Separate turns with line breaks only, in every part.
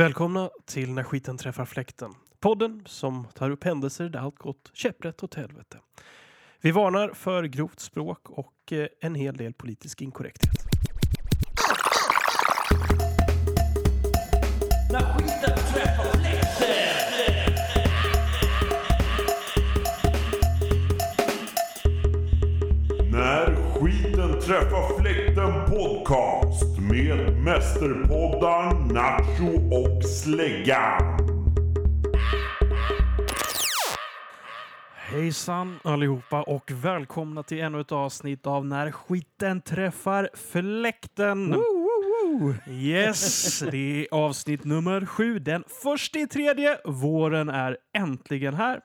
Välkomna till När skiten träffar fläkten. Podden som tar upp händelser där allt gått käpprätt åt helvete. Vi varnar för grovt språk och eh, en hel del politisk inkorrekthet.
När skiten träffar fläkten podcast med mästerpoddan Nacho och Släggan.
Hejsan allihopa och välkomna till ännu ett avsnitt av När skiten träffar fläkten. Yes, det är avsnitt nummer sju, den första i tredje. Våren är äntligen här.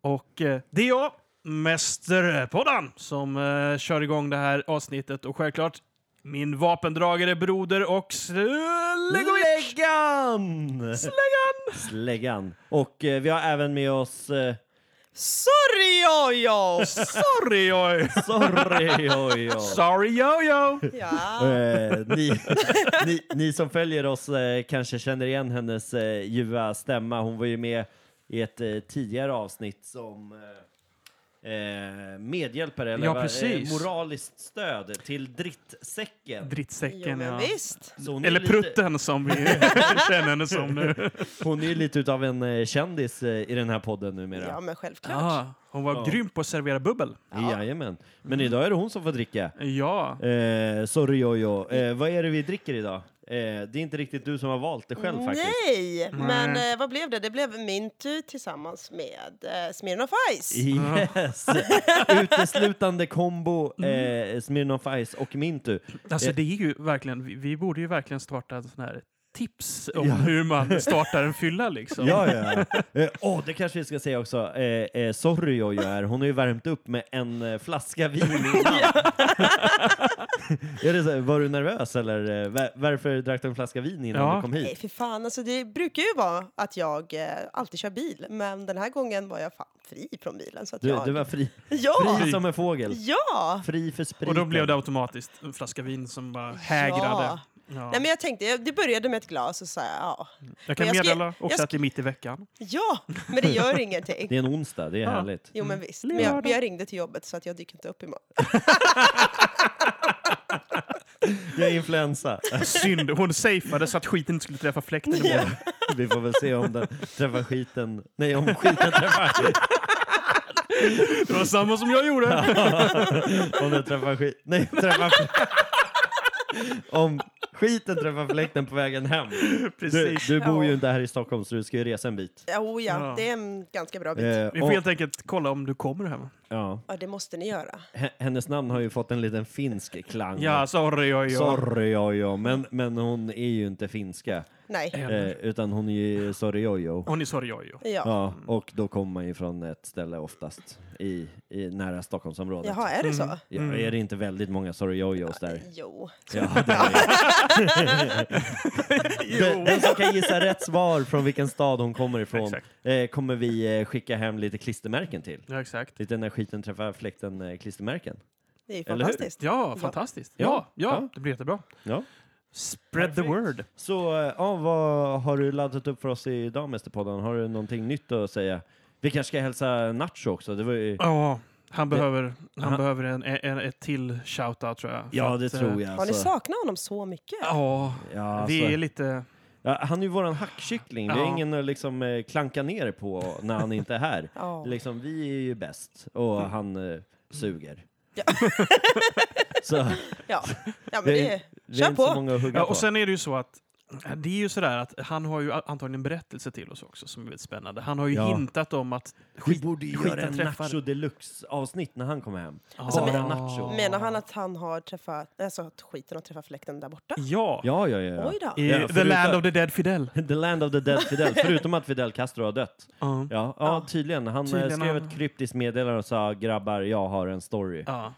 Och eh, det är jag, Mästerpoddan, som eh, kör igång det här avsnittet. Och självklart min vapendragare, broder och Slegovic.
Släggan! Släggan! Och eh, vi har även med oss... Eh,
Sorry jojo!
Sorry, oj!
sorry, oj, oj.
Sorry, yo-yo!
Ja.
Eh, ni, ni, ni som följer oss eh, kanske känner igen hennes eh, ljuva stämma. Hon var ju med i ett eh, tidigare avsnitt som eh, eh, medhjälpare eller
Ja,
va-
precis.
Eh, moraliskt stöd till drittsäcken.
Jo,
Drittsäcken,
men
ja.
visst.
Så hon är
Eller
lite-
prutten som vi känner henne som nu.
Hon är ju lite utav en eh, kändis eh, i den här podden numera.
Ja, men självklart.
Ja, hon var
Ja.
grym på att servera bubbel.
Jajamän. Men idag är det hon som får dricka.
Ja.
Eh, sorry Jojo, eh, vad är det vi dricker idag? Eh, det är inte riktigt du som har valt det själv faktiskt.
Nej, men
Nej.
eh, vad blev det? Det blev min tur tillsammans med eh, Smirnoff Ice.
Yes! Uteslutande
Mm.
kombo eh, Smirnoff Ice och Mintu.
Alltså det är ju verkligen, vi, vi borde ju verkligen starta en sån här tips om hur man startar en fylla liksom.
Ja, ja. Eh, åh, det kanske vi ska säga också. Eh, eh, sorry Jojo är, hon har ju värmt upp med en eh, flaska vin innan. är det så, här, var du nervös eller eh, va- varför drack du en flaska vin innan
Ja.
du kom
Nej,
hit?
fy fan. Alltså, det brukar ju vara att jag eh, alltid kör bil, men den här gången var jag fan fri från bilen. Så att
Du,
jag...
du var fri,
Ja!
fri som en fågel.
Ja!
Fri för spriten.
Och då blev det automatiskt en flaska vin som bara hägrade.
Ja.
Ja.
Nej, men jag tänkte, jag- det började med ett glas och så sa jag, ja.
jag kan
men jag ska-
meddela också
jag ska-
att det är mitt i veckan.
Ja, men det gör ingenting.
Det Mm. är en onsdag, det är härligt.
Jo, men visst. Men jag, men jag ringde till jobbet så att jag dyker inte upp imorgon.
Jag är influensa.
Synd, hon safeade så att skiten inte skulle träffa fläkten imorgon.
Vi får väl se om den träffar skiten. Nej, om skiten träffar,
Det var samma som jag gjorde.
om den träffar skit. Nej, träffar Om skiten träffar fläkten på vägen hem. Du,
Precis.
du bor ju
Ja.
inte här i Stockholm så du ska ju resa en bit.
Oh, ja,
Ja.
det är en ganska bra bit.
Eh,
Vi får
och,
helt enkelt kolla om du kommer hem.
ja,
Ja, det måste ni göra.
H- hennes namn har ju fått en liten finsk klang.
Ja, sorry, oj, oj.
Sorry, ja, ja. Men, men hon är ju inte finska,
Nej.
eh, utan hon är ju sorry, oj, oj.
Hon är sorry, oj, oj.
Ja.
Ja, och då kommer man ju från ett ställe oftast i, i nära Stockholmsområdet.
Jaha, är det så?
Ja,
Mm.
Är det inte väldigt många sorry jojos där?
Jo.
Ja, det är det. Den, den som kan gissa rätt svar från vilken stad hon kommer ifrån
Exakt.
eh, kommer vi eh, skicka hem lite klistermärken till.
Ja, exakt.
Lite när skiten träffar fläkten eh, klistermärken.
Det är ju
Eller hur?
fantastiskt.
Ja, fantastiskt. Ja, ja,
Ja.
det blir jättebra.
Ja.
Spread the word.
Så eh, ja, vad har du laddat upp för oss idag, Mästerpodden? Har du någonting nytt att säga? Vi kanske ska hälsa Nacho också. Det var ju...
Ja, han
Det-
behöver, han
Aha.
behöver en, en, ett till shoutout tror jag. För
Ja, det
att, eh,
tror jag.
Har ni
alltså.
saknat honom så mycket?
Ja,
Ja, alltså.
vi är lite...
Ja, han är ju våran hackkyckling. Vi
Ja.
har ingen att liksom, eh, klanka ner på när han inte är här.
Ja. Mm.
Liksom, vi är ju bäst och han eh, suger.
Ja.
så
Ja. ja, men
det
det
är,
är...
vi är inte
på.
så många att hugga
Ja,
på.
och sen är det ju så att det är ju sådär att han har ju a- antagligen en berättelse till oss också som är väldigt spännande. Han har ju
Ja.
hintat om att...
vi borde ju
skiten
göra en
träffar.
Nacho Deluxe-avsnitt när han kommer hem.
Alltså,
Bara
men-
Nacho.
Menar han att han har träffat... Alltså att skiten har träffat fläkten där borta?
Ja,
Ja, ja, ja.
Oj då.
i
Ja,
The
förutom-
Land of the Dead Fidel.
ja. The land of the dead Fidel, förutom att Fidel Castro har dött.
Ja.
Ja, ja tydligen. Han eh,
Tydligen
skrev
han-
ett kryptiskt meddelande och sa “grabbar, jag har en story”.
Ja.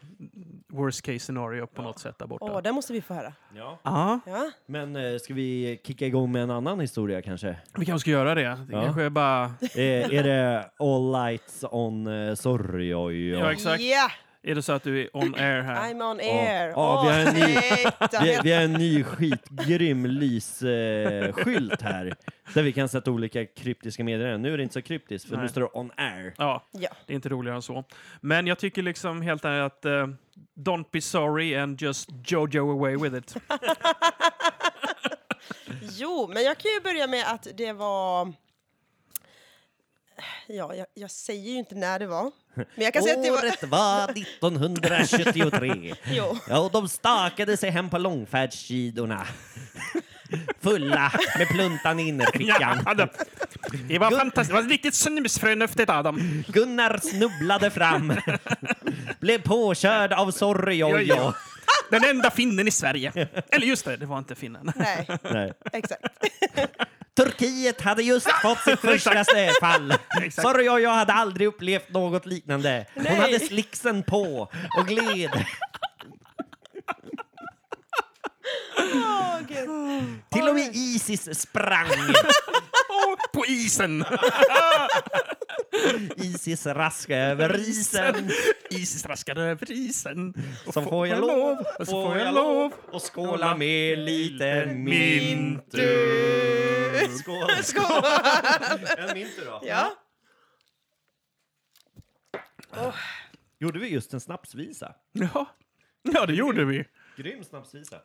Worst case scenario på något sätt där borta.
Åh, det måste vi få höra.
Ja.
Ja,
Ja.
Men eh, ska vi kicka igång med en annan historia kanske?
vi kanske ska göra det. Det
Ja.
kanske är bara...
Eh, är det All Lights On eh, Sorry oj, oj.
Ja, exakt.
Ja!
Är det så att du är on air här?
I'm on air.
Ja, vi
Åh,
har en ny-
titta,
Vi,
helt-
vi har en ny skitgrym lysskylt eh, skylt här där vi kan sätta olika kryptiska meddelanden. Nu är det inte så kryptiskt för
Nej.
nu står det on air.
Ja,
Ja.
det är inte roligare än så. Men jag tycker liksom helt enkelt att eh, don't be sorry and just jojo away with it.
Jo, men jag kan ju börja med att det var... Ja, jag, jag säger ju inte när det var. Men jag kan säga att det var...
Året var 1973.
Jo.
Ja, och de stakade sig hem på långfärdsskidorna. Fulla med pluntan i innerfickan.
Ja, det- det var fantastiskt. Det var riktigt snusförnuftigt, Adam.
Gunnar snubblade fram. Blev påkörd av Sorry-Jojo.
Jojo. Den enda finnen i Sverige. Eller just det, det var inte finnen.
Nej,
Nej.
exakt.
Turkiet hade just fått sitt första snöfall. Sorry, jag, jag hade aldrig upplevt något liknande. Hon
Nej.
hade slicksen på och gled.
Åh, gud.
Till och med Isis sprang.
Åh, på isen!
Isis raskade över isen.
Isis raskade över isen. Och
Som får jag lov,
och så får jag lov.
Och skåla med lite mint. Skål.
Skål!
En mint då.
Ja.
Gjorde vi just en snapsvisa?
Ja. ja, det gjorde vi.
Grym snapsvisa.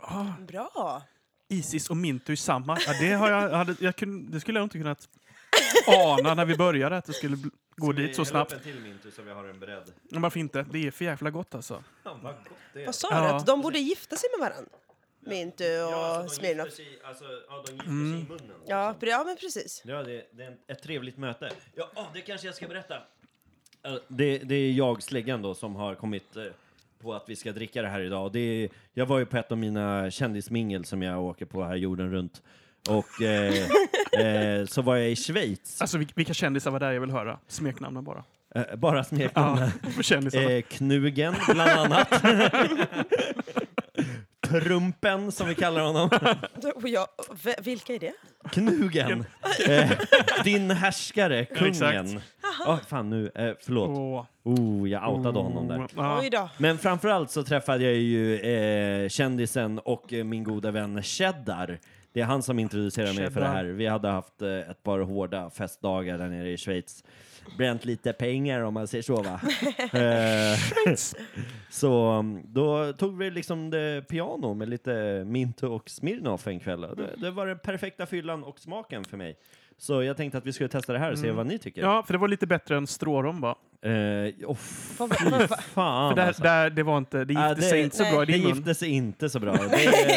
Bra.
Isis och Mintu i samma. Ja, det, har jag, hade, jag kunde, det skulle jag inte kunnat ana när vi började, att det skulle bl- gå dit så snabbt.
en till mint så vi har en bredd.
Men varför inte? Det är för jävla gott alltså.
Fan, vad gott det
Vad sa
Ja.
du? Att de borde gifta sig med varandra? Mintu och
Ja, alltså, de
Smirnoff.
gifter sig, alltså, ja, de gifter sig i munnen.
Ja, pre- ja, men precis.
Ja, det, det är en- ett trevligt möte. Ja, ah, det kanske jag ska berätta. Eh, Det, det är jag, Släggan, då, som har kommit eh, på att vi ska dricka det här idag. Och Det är, jag var ju på ett av mina kändismingel som jag åker på här jorden runt. Och eh, eh, så var jag i Schweiz.
Alltså vil- vilka kändisar var där? Jag vill höra. Smeknamnen bara.
Eh, bara smeknamn.
Ja, på kändisarna.
Eh, knugen, bland annat. Trumpen, som vi kallar honom.
Och jag, v- vilka är det?
Knugen. eh, din härskare, kungen. Ja, fan nu, eh, förlåt.
Åh.
Oh, jag outade honom där.
Ja.
Oj då.
Men framförallt så träffade jag ju eh, kändisen och eh, min goda vän Cheddar. Det är han som introducerade mig för det
Cheddar.
här. Vi hade haft eh, ett par hårda festdagar där nere i Schweiz. Bränt lite pengar om man säger så va? eh, så mm, då tog vi liksom det piano med lite mint och Smirnoff en kväll. Och Det, det var den perfekta fyllan och smaken för mig. Så jag tänkte att vi skulle testa det här och se vad ni tycker.
Mm. ja, för det var lite bättre än strårom va?
Eh, oh,
Vad- vad- vad-
fan
För där,
alltså.
där, det var inte, det gifte
Ja,
sig inte så
nej.
bra i
Det
din mun.
gifte sig inte så bra. Det,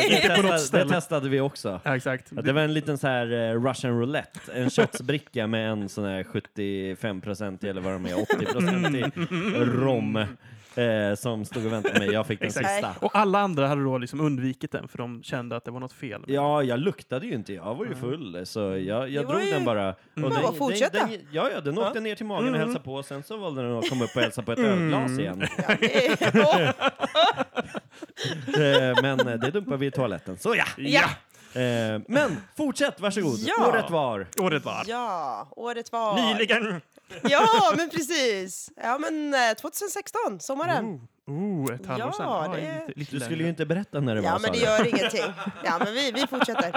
det,
något
testade,
ställe.
det testade vi också.
Ja, exakt.
Ja, det var en liten så här eh, Russian roulette, en shotsbricka med en sån här 75% eller vad de är, 80% rom eh, som stod och väntade på mig. Jag fick den
Exakt.
sista.
Och alla andra hade då liksom undvikit den för de kände att det var något fel.
Ja, jag luktade ju inte. Jag var ju full, så jag, jag
Det var
drog
ju-
den bara. Och
bara
den,
fortsätta. Mm.
Den, den, ja, ja, den åkte ner till magen och hälsade på. Sen så valde den att komma upp och hälsa på ett ölglas igen.
Ja, det är, Åh,
Eh, Men eh, det dumpar vi i toaletten. Så ja!
ja.
Eh, Men fortsätt, varsågod.
Ja.
Året var...
Året var.
ja, året var...
Nyligen.
Ja, men precis. Ja, men eh, 2016, sommaren.
Mm,
Oh, ett halvår
Ja,
sedan.
det-
lite, lite
Du skulle
längre.
ju inte berätta när det
Ja,
var,
men
sa
det
du.
gör ingenting. Ja, men vi, vi fortsätter.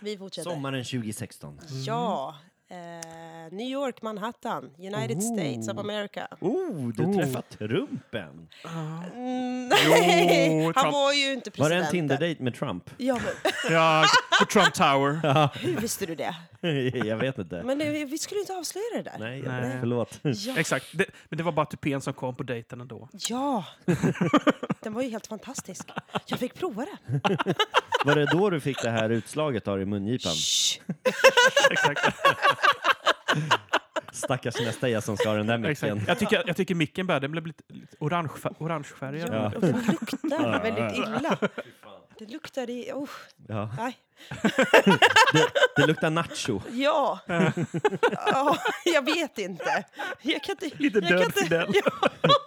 Vi fortsätter.
Sommaren 2016.
Ja. Eh, New York, Manhattan, United States of America.
Oh, du träffade Trumpen!
Mm, nej,
Jo,
han
Trump.
var ju inte
Var det
presidenten.
en Tinder-date med Trump?
Ja, men
Ja, på Trump Tower.
hur visste du det?
jag vet inte.
Men eh, vi skulle inte avslöja det där.
Nej,
Nej.
jag, förlåt.
Ja,
Exakt. Det, men det var bara tupén som kom på dejten ändå.
ja. Den var ju helt fantastisk. Jag fick prova den.
Var det då du fick det här utslaget av i mungipan?
Shh.
Exakt.
Stackars nästa jag som ska ha den där micken.
Exakt. Jag, tycker, jag tycker micken bär, den blev lite lite orange, orangefärgad.
Ja. Och den luktar väldigt illa. Det luktar i... Oh,
Ja.
nej.
Det luktar nacho.
Ja. ja, jag vet inte. Jag kan inte
Lite
jag kan
död
inte-
Fidel.
Ja.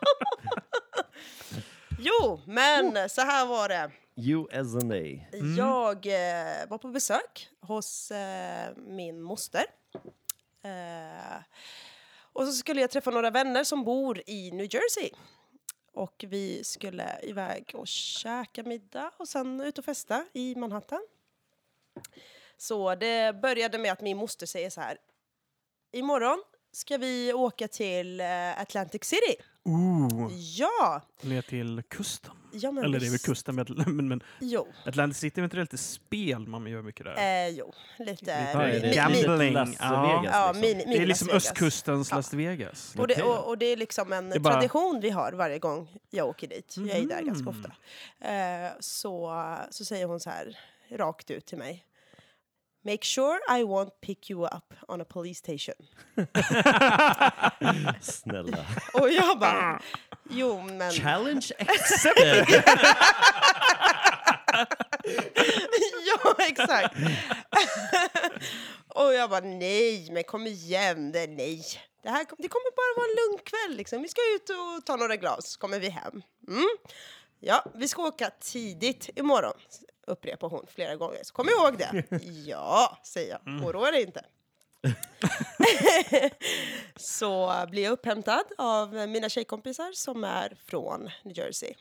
Jo, men så här var det.
USA.
Mm.
Jag eh, var på besök hos eh, min moster. Eh, och så skulle jag träffa några vänner som bor i New Jersey. Och vi skulle iväg och käka middag och sen ut och festa i Manhattan. Så det började med att min moster säger så här. Imorgon ska vi åka till eh, Atlantic City.
Ooh,
Ja!
Ner till kusten.
ja men
Eller det är väl
visst.
kusten, men, men, men
Jo,
Atlantic City är inte lite spel man gör mycket där?
eh, jo lite.
Vad är det?
mi- mi-
Gambling.
Ja, min, min
det är
Las
liksom
Vegas.
östkustens Las Vegas.
Och det, och, och det är liksom en
Det är bara-
tradition vi har varje gång jag åker dit. Jag är där ganska
Mhm.
ofta.
Mm.
Eh, så, så säger hon så här rakt ut till mig. Make sure I won't pick you up on a police station.
Snälla.
Och jag bara, jo men
Challenge accepted!
ja, exakt. och jag bara, nej, men kom igen, det, nej. Det, här, kom- det kommer bara vara en lugn kväll. Liksom. Vi ska ut och ta några glas, så kommer vi hem. Mm. Ja, vi ska åka tidigt imorgon, upprepar hon flera gånger. Så kom ihåg det. Ja, säger jag. Oroa dig inte. så blir jag upphämtad av mina tjejkompisar som är från New Jersey.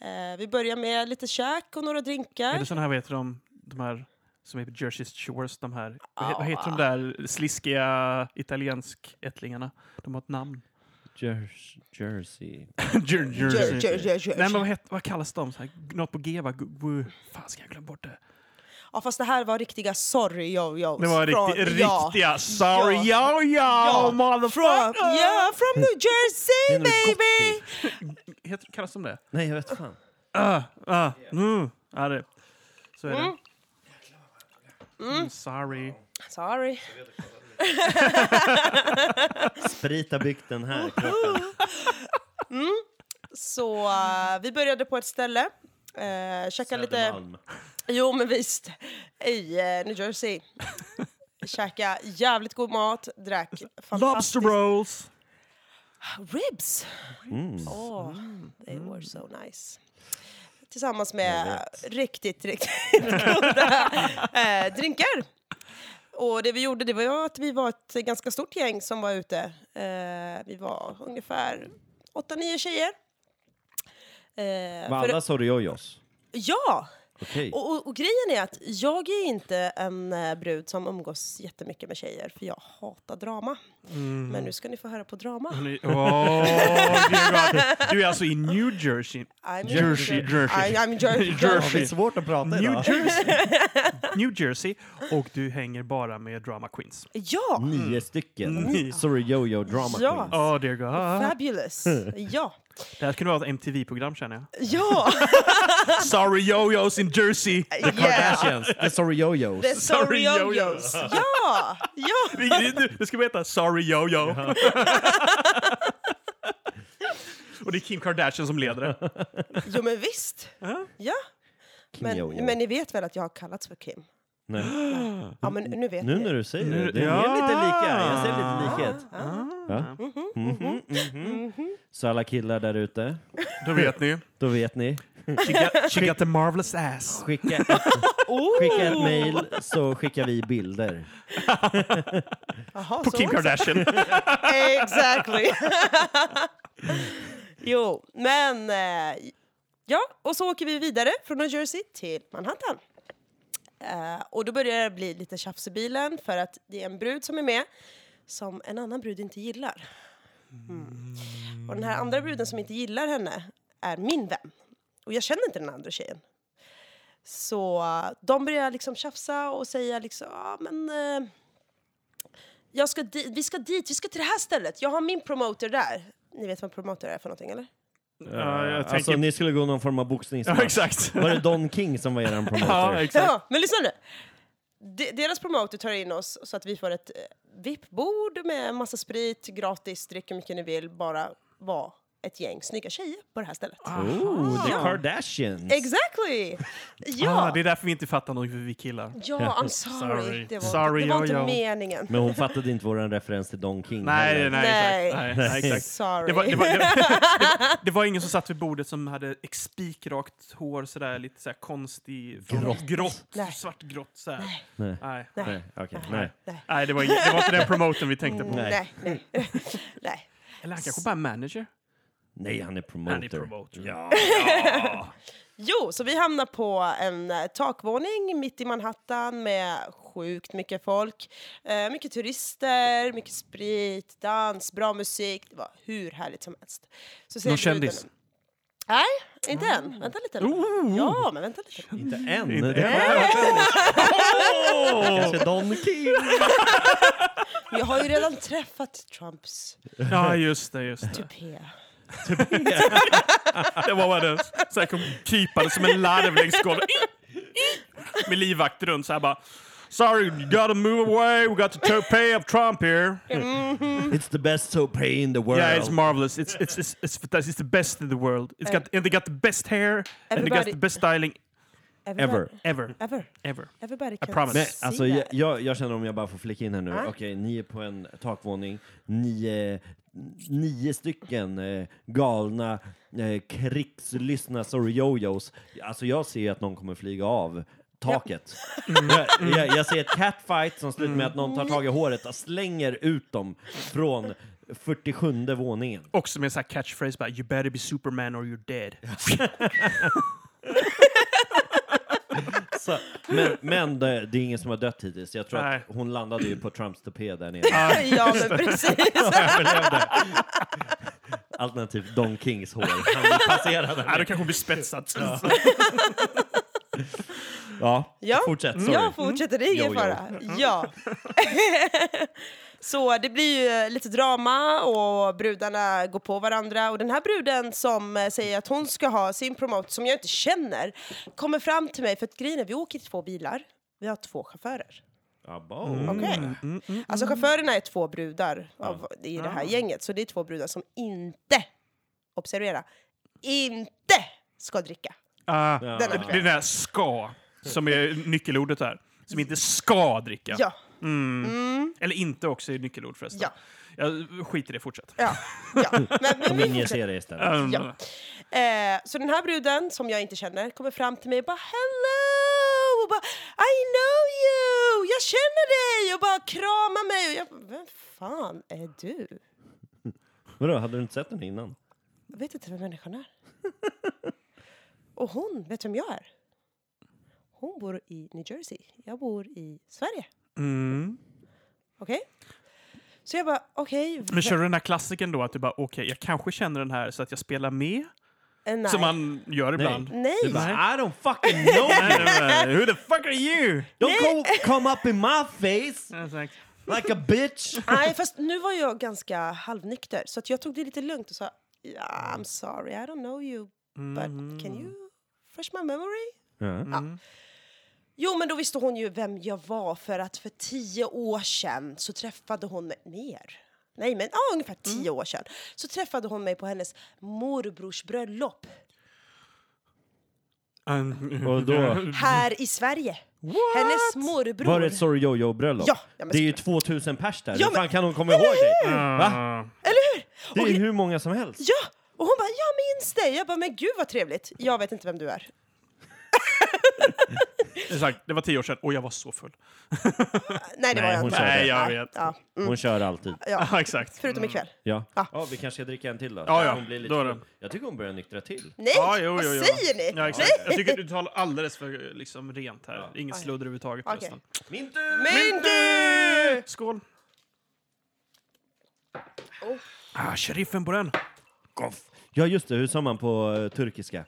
Eh, vi börjar med lite käk och några drinkar.
Är det såna här, vad heter de, de här som är på Jersey Shores, de här, vad he- vad heter de
Ah.
där sliskiga italiensk-ättlingarna? De har ett namn.
Jer- Jersey.
Jer-
Jer- jer- jer- jer-
Nej, men vad, het, vad kallas de? Så här, något på G, va? Gu- gu- Fan, ska jag glömma bort det?
Ja, fast det här var riktiga sorry yo yos.
Det var
från-
riktig,
ja.
riktiga sorry yo yo
Ja, från,
motherfucker!
yeah, from New Jersey
Menar du
baby!
Heter, kallas de det?
Nej, jag vet fan.
Ah, ah, mm, ja, det. Så är det. Mm, sorry.
Sorry.
Sprit har byggt den här kroppen.
Så eh, vi började på ett ställe. Uh, käkade lite...
Södermalm.
Jo, men visst. I eh, New Jersey. Käka jävligt god mat, drack
Lobster
fantastisk...
rolls!
Ribs!
Mm.
Åh, they were so nice. Tillsammans med riktigt, riktigt goda eh, drinkar. Och det vi gjorde det var ju att vi var ett ganska stort gäng som var ute. Eh, vi var ungefär 8-9 tjejer. Eh,
Var
för-
alla sorryojos?
ja!
Okej.
Och, och, och grejen är att jag är inte en eh, brud som umgås jättemycket med tjejer för jag hatar drama.
Mm.
Men nu ska ni få höra på drama.
Ni- Åh, dear God. du är alltså i New Jersey.
I'm
Jersey, Jersey.
I, I'm Jersey.
Jersey.
Det är svårt att prata
New
idag.
Jersey. New Jersey. Och du hänger bara med drama queens.
Ja!
Nio stycken.
Nio.
Sorry-jojo drama
Ja.
queens.
Oh dear God.
Fabulous. Ja.
Det här skulle vara ett MTV-program känner jag.
Ja!
Sorry yo-yos in Jersey!
yeah.
Kardashians, the sorry-jojos.
The
Sorry,
Sorry
yo-yos.
Yo-Yos. Ja! Ja!
Det- Det det- det ska vi heta Sorry yo-yo. Och det är Kim Kardashian som leder det.
Jo, men visst. Ja. Men,
Yo-yo.
men ni vet väl att jag har kallats för Kim?
Nej.
Ja, men nu vet
Nu
ni.
när du säger det, det
Ja.
är lite lika. Jag ser lite likhet. Va? Mhm, mhm. Så alla killar där ute,
Då vet ni.
då vet ni.
She got, she got the marvelous ass.
Skicka ett,
Oh!
skicka ett mejl så skickar vi bilder.
Jaha,
På
så
Kim
också.
Kardashian.
Exactly. jo, men... eh, Ja, och så åker vi vidare från New Jersey till Manhattan. Eh, och då börjar det bli lite tjafs i bilen för att det är en brud som är med som en annan brud inte gillar. Mm. Och den här andra bruden som inte gillar henne är min vän. Och jag känner inte den andra tjejen. Så eh, de börjar liksom tjafsa och säga liksom, ja men... eh, jag ska di- vi ska dit, vi ska till det här stället. Jag har min promoter där. Ni vet vad en promoter är för någonting eller?
Ja, jag
Alltså
tänker-
ni skulle gå någon form av boxningsmatch.
Ja, exakt.
Var det Don King som var eran
Ja,
promoter?
exakt.
Ja, men lyssna nu. De, deras promoter tar in oss så att vi får ett eh, VIP-bord med en massa sprit, gratis, drick hur mycket ni vill, bara vara ett gäng snygga tjejer på det här stället.
Oh, the Kardashians!
Exactly! Ja,
Ah. Ah, det är därför vi inte fattar något för vi killar.
ja, I'm sorry.
Sorry.
Det var,
Sorry,
det var inte
ja, ja.
meningen.
Men hon fattade inte vår referens till Don King
Nej, nej,
heller.
nej, exakt. Nej, nej, exakt.
Sorry.
Det var, det, var, det, var, det var ingen som satt vid bordet som hade ett spikrakt hår, sådär, lite såhär konstig... från-
Grått.
grått
Nej.
Svartgrått såhär. Nej.
Nej.
Nej.
Nej, okej, nej.
Nej.
det, var ingen, det var inte den promoten vi tänkte på.
Nej, nej, nej.
Eller han kanske bara är manager.
Nej, han är promoter.
Han är promoter.
Ja.
Jo, så vi hamnar på en eh, takvåning mitt i Manhattan med sjukt mycket folk. Eh, mycket turister, mycket sprit, dans, bra musik. Det var hur härligt som helst. Så säger
Någon
bruden-
kändis?
Nej, inte än. Vänta lite. nu. Ja, men vänta lite.
Inte än. Det var kanske Don King.
Jag har ju redan träffat Trumps
Ja, just det. Just det.
tupé.
det var bara den. Så här kom krypande som en larv längs golvet. Med livvakt runt så här bara. Sorry, you gotta move away. We got the toupee of Trump here.
It's the best toupee in the world.
Yeah, it's marvelous. It's it's it's it's, fantastic. it's the best in the world. It's got and they got the best hair and they got
Everybody-
the best styling
Ever.
ever
Ever.
ever.
Everybody
I
can
promise.
Men
see
alltså,
that.
jag, jag, jag känner om jag bara får flicka in här nu.
Ja.
Okej, ni är på en takvåning. Nio, nio stycken eh, galna eh, krigslystna sorry-jojos. Alltså jag ser att någon kommer flyga av taket. Jag, jag, jag ser ett catfight som slutar med att någon tar tag i håret och slänger ut dem från 47 våningen.
Också med en sån här catchphrase bara You better be Superman or you're dead.
Så, men men eh, det, det är ingen som har dött hittills. Jag tror
Nej.
att hon landade ju på Trumps tupé där nere.
ja, men precis.
Alternativt Don Kings hår. Han
Nej,
passerade.
då kanske hon blir spetsad.
Ja,
Ja. Mm.
fortsätt. Sorry.
Jag fortsätter, det är ingen
Jo, jo.
fara. Ja. så det blir ju eh, lite drama och brudarna går på varandra. Och den här bruden som eh, säger att hon ska ha sin promoter, som jag inte känner, kommer fram till mig för att grejen är, vi åker i två bilar. Vi har två chaufförer.
Ja, bara- Mm,
Okej. Alltså chaufförerna är två brudar av, i det
Ah.
här gänget. Så det är två brudar som inte, observera, inte ska dricka.
Ah,
Ja.
det, det är det där ska som är nyckelordet här. Som inte ska dricka.
Ja.
Eller inte också är nyckelord förresten.
Ja.
Jag skiter i det, fortsätt.
Ja. ja. Men, men vi
Ingen
fortsätter.
serie istället.
Ja. Eh, så den här bruden, som jag inte känner, kommer fram till mig och bara “Hello!” och bara “I know you! Jag känner dig!” och bara kramar mig. Och jag bara, “Vem fan är du?”
Vadå, hade du inte sett den innan?
Jag vet inte vem människan är. Och hon, vet vem jag är? Hon bor i New Jersey. Jag bor i Sverige.
Mm.
Okej? Så jag bara, okej.
Men kör du den här klassiken då, att du bara okej, jag kanske känner den här så att jag spelar med?
eh, nej.
Som man gör ibland.
nej.
Du bara, I don't fucking know
Nej,
you.
nej, nej. Who the fuck are you?
Don't go, come up in my face like a bitch.
Nej, fast nu var jag ganska halvnykter så att jag tog det lite lugnt och sa yeah, I'm sorry, I don't know you, but
Mm.
can you fresh my memory? Jo, men då visste hon ju vem jag var för att för tio år sedan så träffade hon mig mer. Nej, men ja, ungefär
Mm.
tio år sedan så träffade hon mig på hennes morbrors bröllop
Mm.
Och då
här i Sverige. Hennes morbror.
var det ett Sorry Jojo-bröllop.
Ja, ja, men
det är ju 2000 pers där.
Ja,
Hur fan
men- Mm.
kan hon komma ihåg dig? Va?
Eller hur?
Det är
Och-
ju hur många som helst.
Ja! Och hon bara, jag minns dig. Jag bara, men gud vad trevligt. Jag vet inte vem du är.
Exakt, det var tio år sedan och jag var så full.
Nej, det
Nej,
var jag
hon
inte.
körde.
Nej, jag vet.
Ja,
Hon kör alltid.
Ja, exakt.
förutom ikväll.
Ja.
Mm. Ja.
Ja, vi kanske ska dricka en till då.
Ja, ja.
Hon blir lite
Då är det.
full. Jag tycker hon börjar nyktra till.
Nej,
Ja, jo,
vad
jo, jo.
säger ni?
Ja, exakt. Jag tycker att du talar alldeles för liksom, rent här. Inget sludder överhuvudtaget.
Ah, Okej.
förresten.
Min tur!
Men du!
Skål! Ah, sheriffen på den.
Goff. Ja, just det. Hur sa man på eh, turkiska?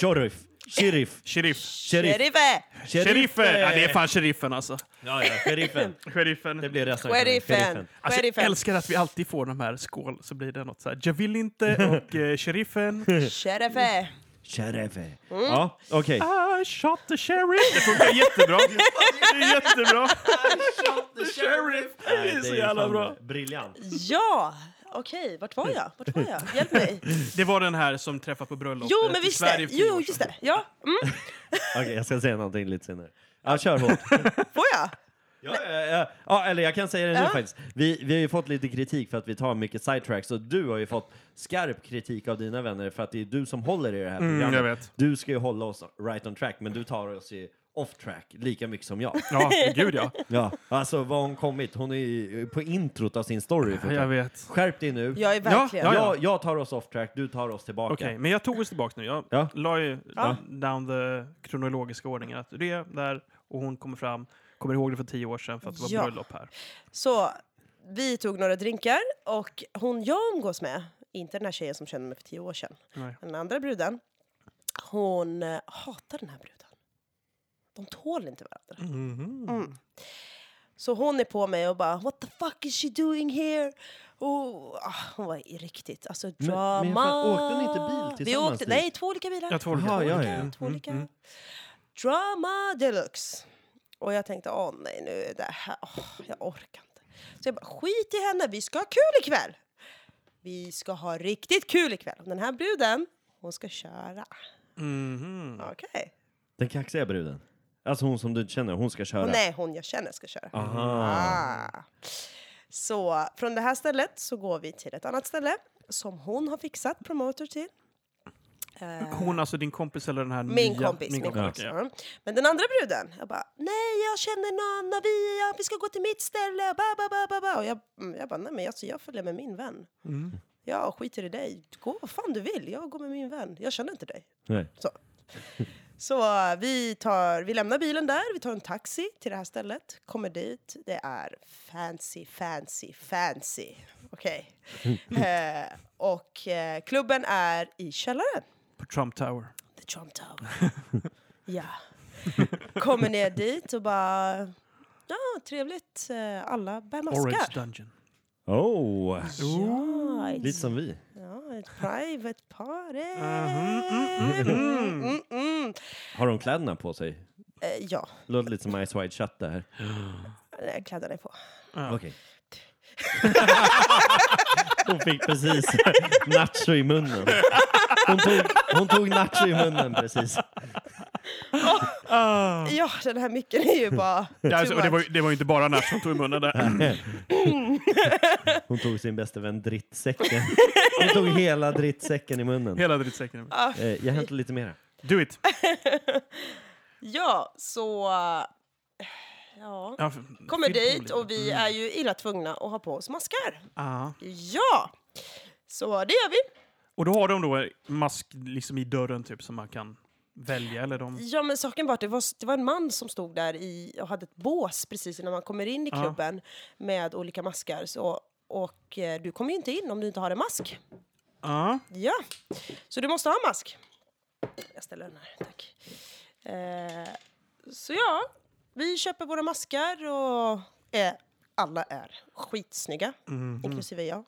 Shorif. Sheriff.
Sheriff.
Sheriff.
Sherife!
Sheriffen! Ja, det är fan sheriffen alltså.
Ja, ja. eh, Sheriffen. Det
Sheriffen.
blir resten.
Sheriffen!
Alltså, jag
Sheriffen!
älskar att vi alltid får de här skål, så blir det något så här. Jag vill inte och eh, sheriffen.
Sherife!
Sheriffen.
Mm.
Ja, okej.
I shot the sheriff. Det funkar jättebra. Det är jättebra. Sheriff. Det är så jävla bra.
Briljant.
Ja! Okej, vart var jag? Vart var jag? Hjälp mig.
Det var den här som träffade på bröllopet
Jo, men
i
visst
Sverige
det.
för tio
Jo,
år sedan.
just det. Ja, mm,
Okej, jag ska säga någonting lite senare. Ja, kör hårt.
får jag?
Ja, ja, ja. ja, eller jag kan säga det nu
Ja.
faktiskt. Vi, vi har ju fått lite kritik för att vi tar mycket sidetracks och du har ju fått skarp kritik av dina vänner för att det är du som håller i det här programmet.
jag Mm, vet.
Du ska ju hålla oss right on track, men du tar oss ju off track lika mycket som jag.
Ja, gud ja.
Ja, alltså vad har hon kommit? Hon är ju på introt av sin story. för
Jag
fan.
vet.
Skärp dig nu.
Jag är verkligen...
ja, ja.
Jag, jag tar oss off track, du tar oss tillbaka.
Okej, men jag tog oss tillbaka nu. Jag
Ja.
la ju
Ja.
down the kronologiska ordningen. Att det är där och hon kommer fram. Kommer ihåg det för tio år sedan för att det var
Ja.
bröllop här.
Så vi tog några drinkar och hon jag umgås med, inte den här tjejen som kände mig för tio år sedan,
Nej.
den andra bruden, hon eh, hatar den här bruden. De tål inte varandra.
Mhm.
Mm. Så hon är på mig och bara “What the fuck is she doing here?” och, ah, Hon var i riktigt, alltså
men
drama.
fan, åkte ni inte bil
vi
tillsammans
åkte,
dit?
Nej, två olika bilar.
Jag tror det.
Jaha,
Två
ja,
olika,
ja.
Mm,
två olika. Drama deluxe. Och jag tänkte, åh nej, nu är det här, åh, jag orkar inte. Så jag bara, skit i henne, vi ska ha kul ikväll! Vi ska ha riktigt kul ikväll. Och Den här bruden, hon ska köra.
Mhm.
Okej.
Den kaxiga bruden. Alltså hon som du inte känner, hon ska köra.
Och nej, hon jag känner ska köra.
Aha.
Ah. Så från det här stället så går vi till ett annat ställe som hon har fixat promotor till. Eh,
Hon, alltså din kompis eller den här
Min
nya?
kompis. Min kompis.
okej, ja.
ja. Men den andra bruden, jag bara nej jag känner någon och vi, ja, vi ska gå till mitt ställe. Ba, ba, ba, ba, ba. Och jag, mm, jag bara nej men alltså, jag följer med min vän.
Mm.
Jag skiter i dig, gå vad fan du vill, jag går med min vän. Jag känner inte dig.
Nej.
Så eh, vi, tar, vi lämnar bilen där, vi tar en taxi till det här stället, kommer dit. Det är fancy, fancy, fancy. Okej. eh, och eh, klubben är i källaren.
På Trump Tower.
The Trump Tower. ja. Kommer ner dit och bara... Ja, trevligt. Eh, Alla bär
Orange
maskar.
Dungeon.
Oh,
Ja,
lite
it's,
som vi.
ja, ett private party.
Mhm, mhm.
Mm, mm.
Har de kläderna på sig?
Eh, ja,
Låter lite som Ice White Shut det här.
eh, kläderna är på.
Ja.
Okej. Hon fick precis nacho i munnen. Hon tog, hon tog nacho i munnen precis.
Ja, den här micken är ju bara...
Ja, alltså,
too
och det, var, ju-
much.
det var ju inte bara Nash som tog i munnen där.
Mm. Hon tog sin bästa vän drittsäcken. Hon tog hela drittsäcken i munnen.
Hela drittsäcken.
Ah,
Eh, jag hämtar lite mera.
Do it!
ja, så... eh, Ja.
Ja, för-
Kommer
fyll på
dit
lite. Mm.
och vi är ju illa tvungna att ha på oss maskar.
Ja.
Ja! Så det gör vi.
Och då har de då mask liksom i dörren typ som man kan välja eller de...
Ja, men saken var att det var, det var en man som stod där i, och hade ett bås precis innan man kommer in i
Ja.
klubben med olika maskar. Så, och eh, du kommer ju inte in om du inte har en mask.
Ja.
Ja, så du måste ha en mask. Jag ställer den här, tack. Eh, så ja, vi köper våra maskar och eh, alla är skitsnygga,
Mhm.
inklusive jag.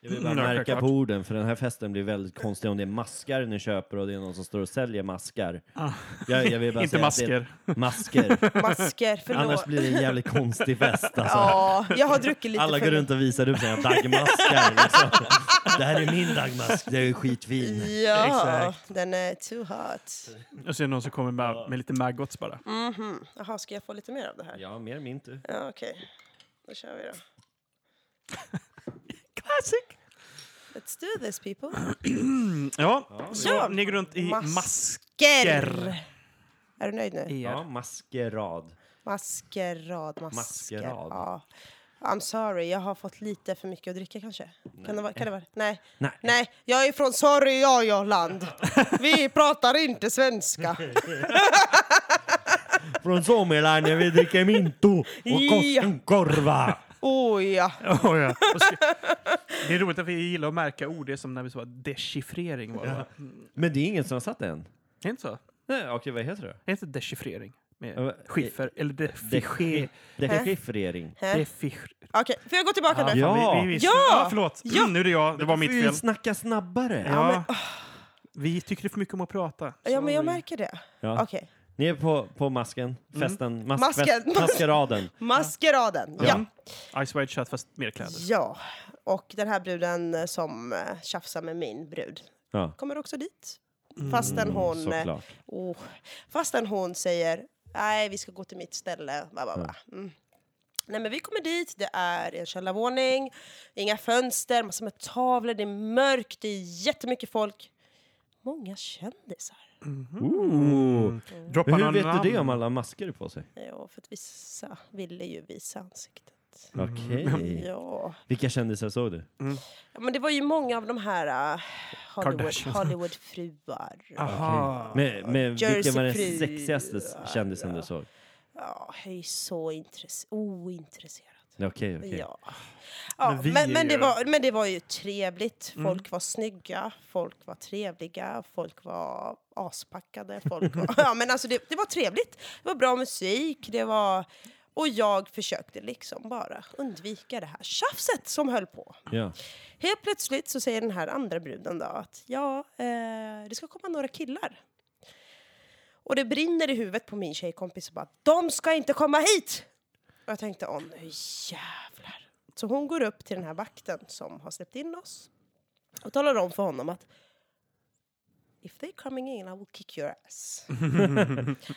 Jag vill bara
Mm, ja,
märka
självklart.
på orden, för den här festen blir väldigt konstig om det är maskar ni köper och det är någon som står och säljer maskar.
Ah.
Jag, jag vill bara
Inte
säga att det är-
masker.
Masker.
Masker,
Annars
förlåt.
blir det en jävligt konstig fest. Alltså.
Ja, jag har druckit lite
Alla
för
går
mycket.
runt och visar upp sina dagmaskar. Liksom. Det här är min dagmask, det är skitfin.
Ja,
Exakt.
den är too hot.
Och sen någon som kommer med, med lite maggots bara.
Mhm. Jaha, ska jag få lite mer av det här?
Ja, mer min tur.
Ja, okej. Då kör vi då.
Classic!
Let's do this people.
Ja, så
Ja.
ni går runt i
Masker.
masker.
Ger. Är du nöjd nu?
Ja, maskerad.
Maskerad, masker.
Maskerad.
Ja. I'm sorry, jag har fått lite för mycket att dricka kanske. Kan det vara? Kan det vara? Nej.
Nej.
Nej, jag är från sorry jag land Vi pratar inte svenska.
Från Suomilainen vi dricker mintu och koskenkorva.
Oh ja.
Oh, ja. Och så- Det är roligt att vi gillar att märka ord. Det är som när vi sa dechiffrering. Var det, va?
Men det är ingen som har satt det än.
Är det inte så?
Nej, Okej, vad heter det?
Det heter dechiffrering.
Ja,
Med
men-
skiffer. Eller defiché.
Dechi- Dechiffrering.
Hä?
Defisch.
Okej, får jag gå tillbaka nu?
Ja.
Fan, vi, vi, vi,
Eh. Ja.
ja, förlåt.
Ja.
Nu är det jag. Det var mitt
Vi
fel.
snacka snabbare.
Ja. Vi tycker för mycket om att prata.
Ja, men jag
Sorry.
märker det.
Ja.
Okej.
Ni är på, på masken,
Mm.
festen, mask,
Masken.
fest, maskeraden.
Maskeraden. ja.
Ice White Chat fast mer kläder.
Ja, och den här bruden eh, som eh, tjafsar med min brud
Ja.
kommer också dit. Fastän hon, eh,
Såklart.
oh, fastän hon säger nej, vi ska gå till mitt ställe. Va, va, va. Mm. Nej, men vi kommer dit, det är en källarvåning, inga fönster, massor med tavlor, det är mörkt, det är jättemycket folk. Många kändisar. Mm.
Ooh.
Droppa
Men hur
några
vet du det
namn.
om alla masker på sig?
Ja, för att vissa ville ju visa ansiktet.
Mm.
Okej.
Ja.
Vilka kändisar såg du?
ja, men det var ju många av de här uh, Hollywood,
Kardashian.
Hollywoodfruar.
Aha.
Med, med vilken var den
Jersey fru.
sexigaste kändisen du såg?
Ja, jag är så intresse- ointresserad.
Okej, okej.
Ja. Ja,
Men vi
men, men,
är
det
ju- Mm.
var, men det var ju trevligt. Folk var snygga, folk var trevliga, folk var aspackade. Folk var, ja, men alltså det, det var trevligt. Det var bra musik. Det var, och jag försökte liksom bara undvika det här tjafset som höll på.
Ja.
Helt plötsligt så säger den här andra bruden då att ja, eh, det ska komma några killar. Och det brinner i huvudet på min tjejkompis och bara de ska inte komma hit! Och jag tänkte åh nu jävlar. Så hon går upp till den här vakten som har släppt in oss och talar om för honom att If they coming in I will kick your ass.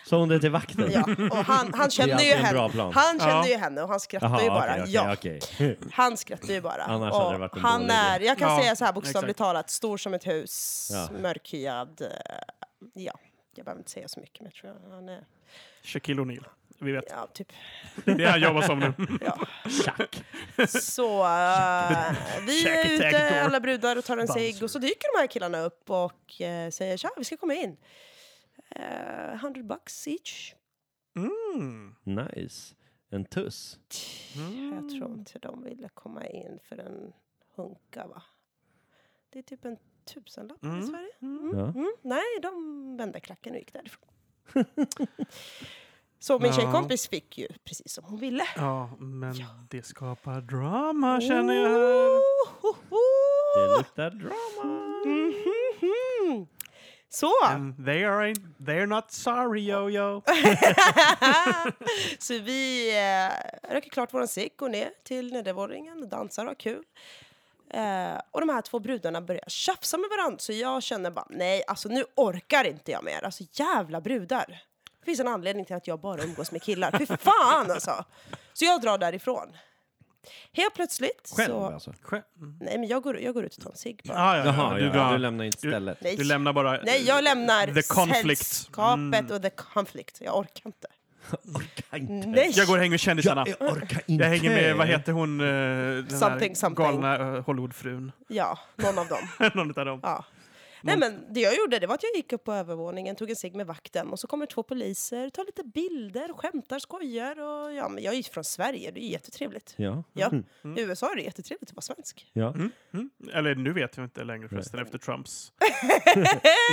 Sa hon det till vakten?
Ja, och han, han kände
alltid
ju
en bra
henne.
plan.
Han kände
Ja.
ju henne och han skrattade
Jaha,
ju bara.
okej, okej,
ja.
okej.
Han skrattar ju bara.
Annars
och
hade det varit en
han
dålig
är, jag kan
Ja,
säga så här bokstavligt
exakt.
talat, stor som ett hus,
Ja.
mörkhyad. eh, Ja, jag behöver inte säga så mycket, men jag tror att han är,
Shaquille O'Neal. Vi vet.
ja, typ,
Det är det han jobbar som nu.
ja.
Tjack.
Så eh, vi är
Check it, tag
ute,
door.
alla brudar, och tar en cigg
Bouncer.
och så dyker de här killarna upp och eh, säger tja, vi ska komma in. Eh, 100 bucks each.
Mm.
Nice. En tuss.
Jag tror inte de ville komma in för en hunka, va? Det är typ en tusenlapp i Sverige.
Ja.
Mm, nej, de vände klacken och gick därifrån. Så min
Ja.
tjejkompis fick ju precis som hon ville.
Ja, men det skapar drama känner jag här.
Ohoho! Mm.
Det luktar drama.
Mhm. Så,
And Mm, they are in, they're not sorry yo-yo.
så vi eh, röker klart våran cigg, går ner till nedervåningen och dansar och har kul. Eh, och de här två brudarna börjar tjafsa med varandra så jag känner bara nej, alltså nu orkar inte jag mer. Alltså jävla brudar. Det finns en anledning till att jag bara umgås med killar. Fy fan alltså! Så jag drar därifrån. Helt plötsligt
Själv
så...
alltså?
Skä- Mm.
Nej men jag går, jag går ut och tar en cigg bara.
Ah, ja, ja,
Jaha,
du,
du,
drar-
du lämnar inte
du-
stället.
nej.
du lämnar bara...
nej, jag lämnar
The conflict. Mm.
sällskapet och the conflict. Jag orkar inte.
Orkar inte.
Nej!
Jag går och hänger med kändisarna.
Jag orkar inte.
Jag hänger med, vad heter hon, eh, den
Something,
här
something.
galna eh, Hollywoodfrun?
Ja, någon av dem.
Någon utav dem.
Ja. Nej, men det jag gjorde det var att jag gick upp på övervåningen, tog en cigg med vakten och så kommer två poliser, tar lite bilder, skämtar, skojar. Och, ja, men jag är ju från Sverige, det är ju jättetrevligt.
Ja, Mm.
Ja. I USA är det jättetrevligt att vara svensk.
ja.
Mm. Eller nu vet jag inte längre förresten, efter Trumps.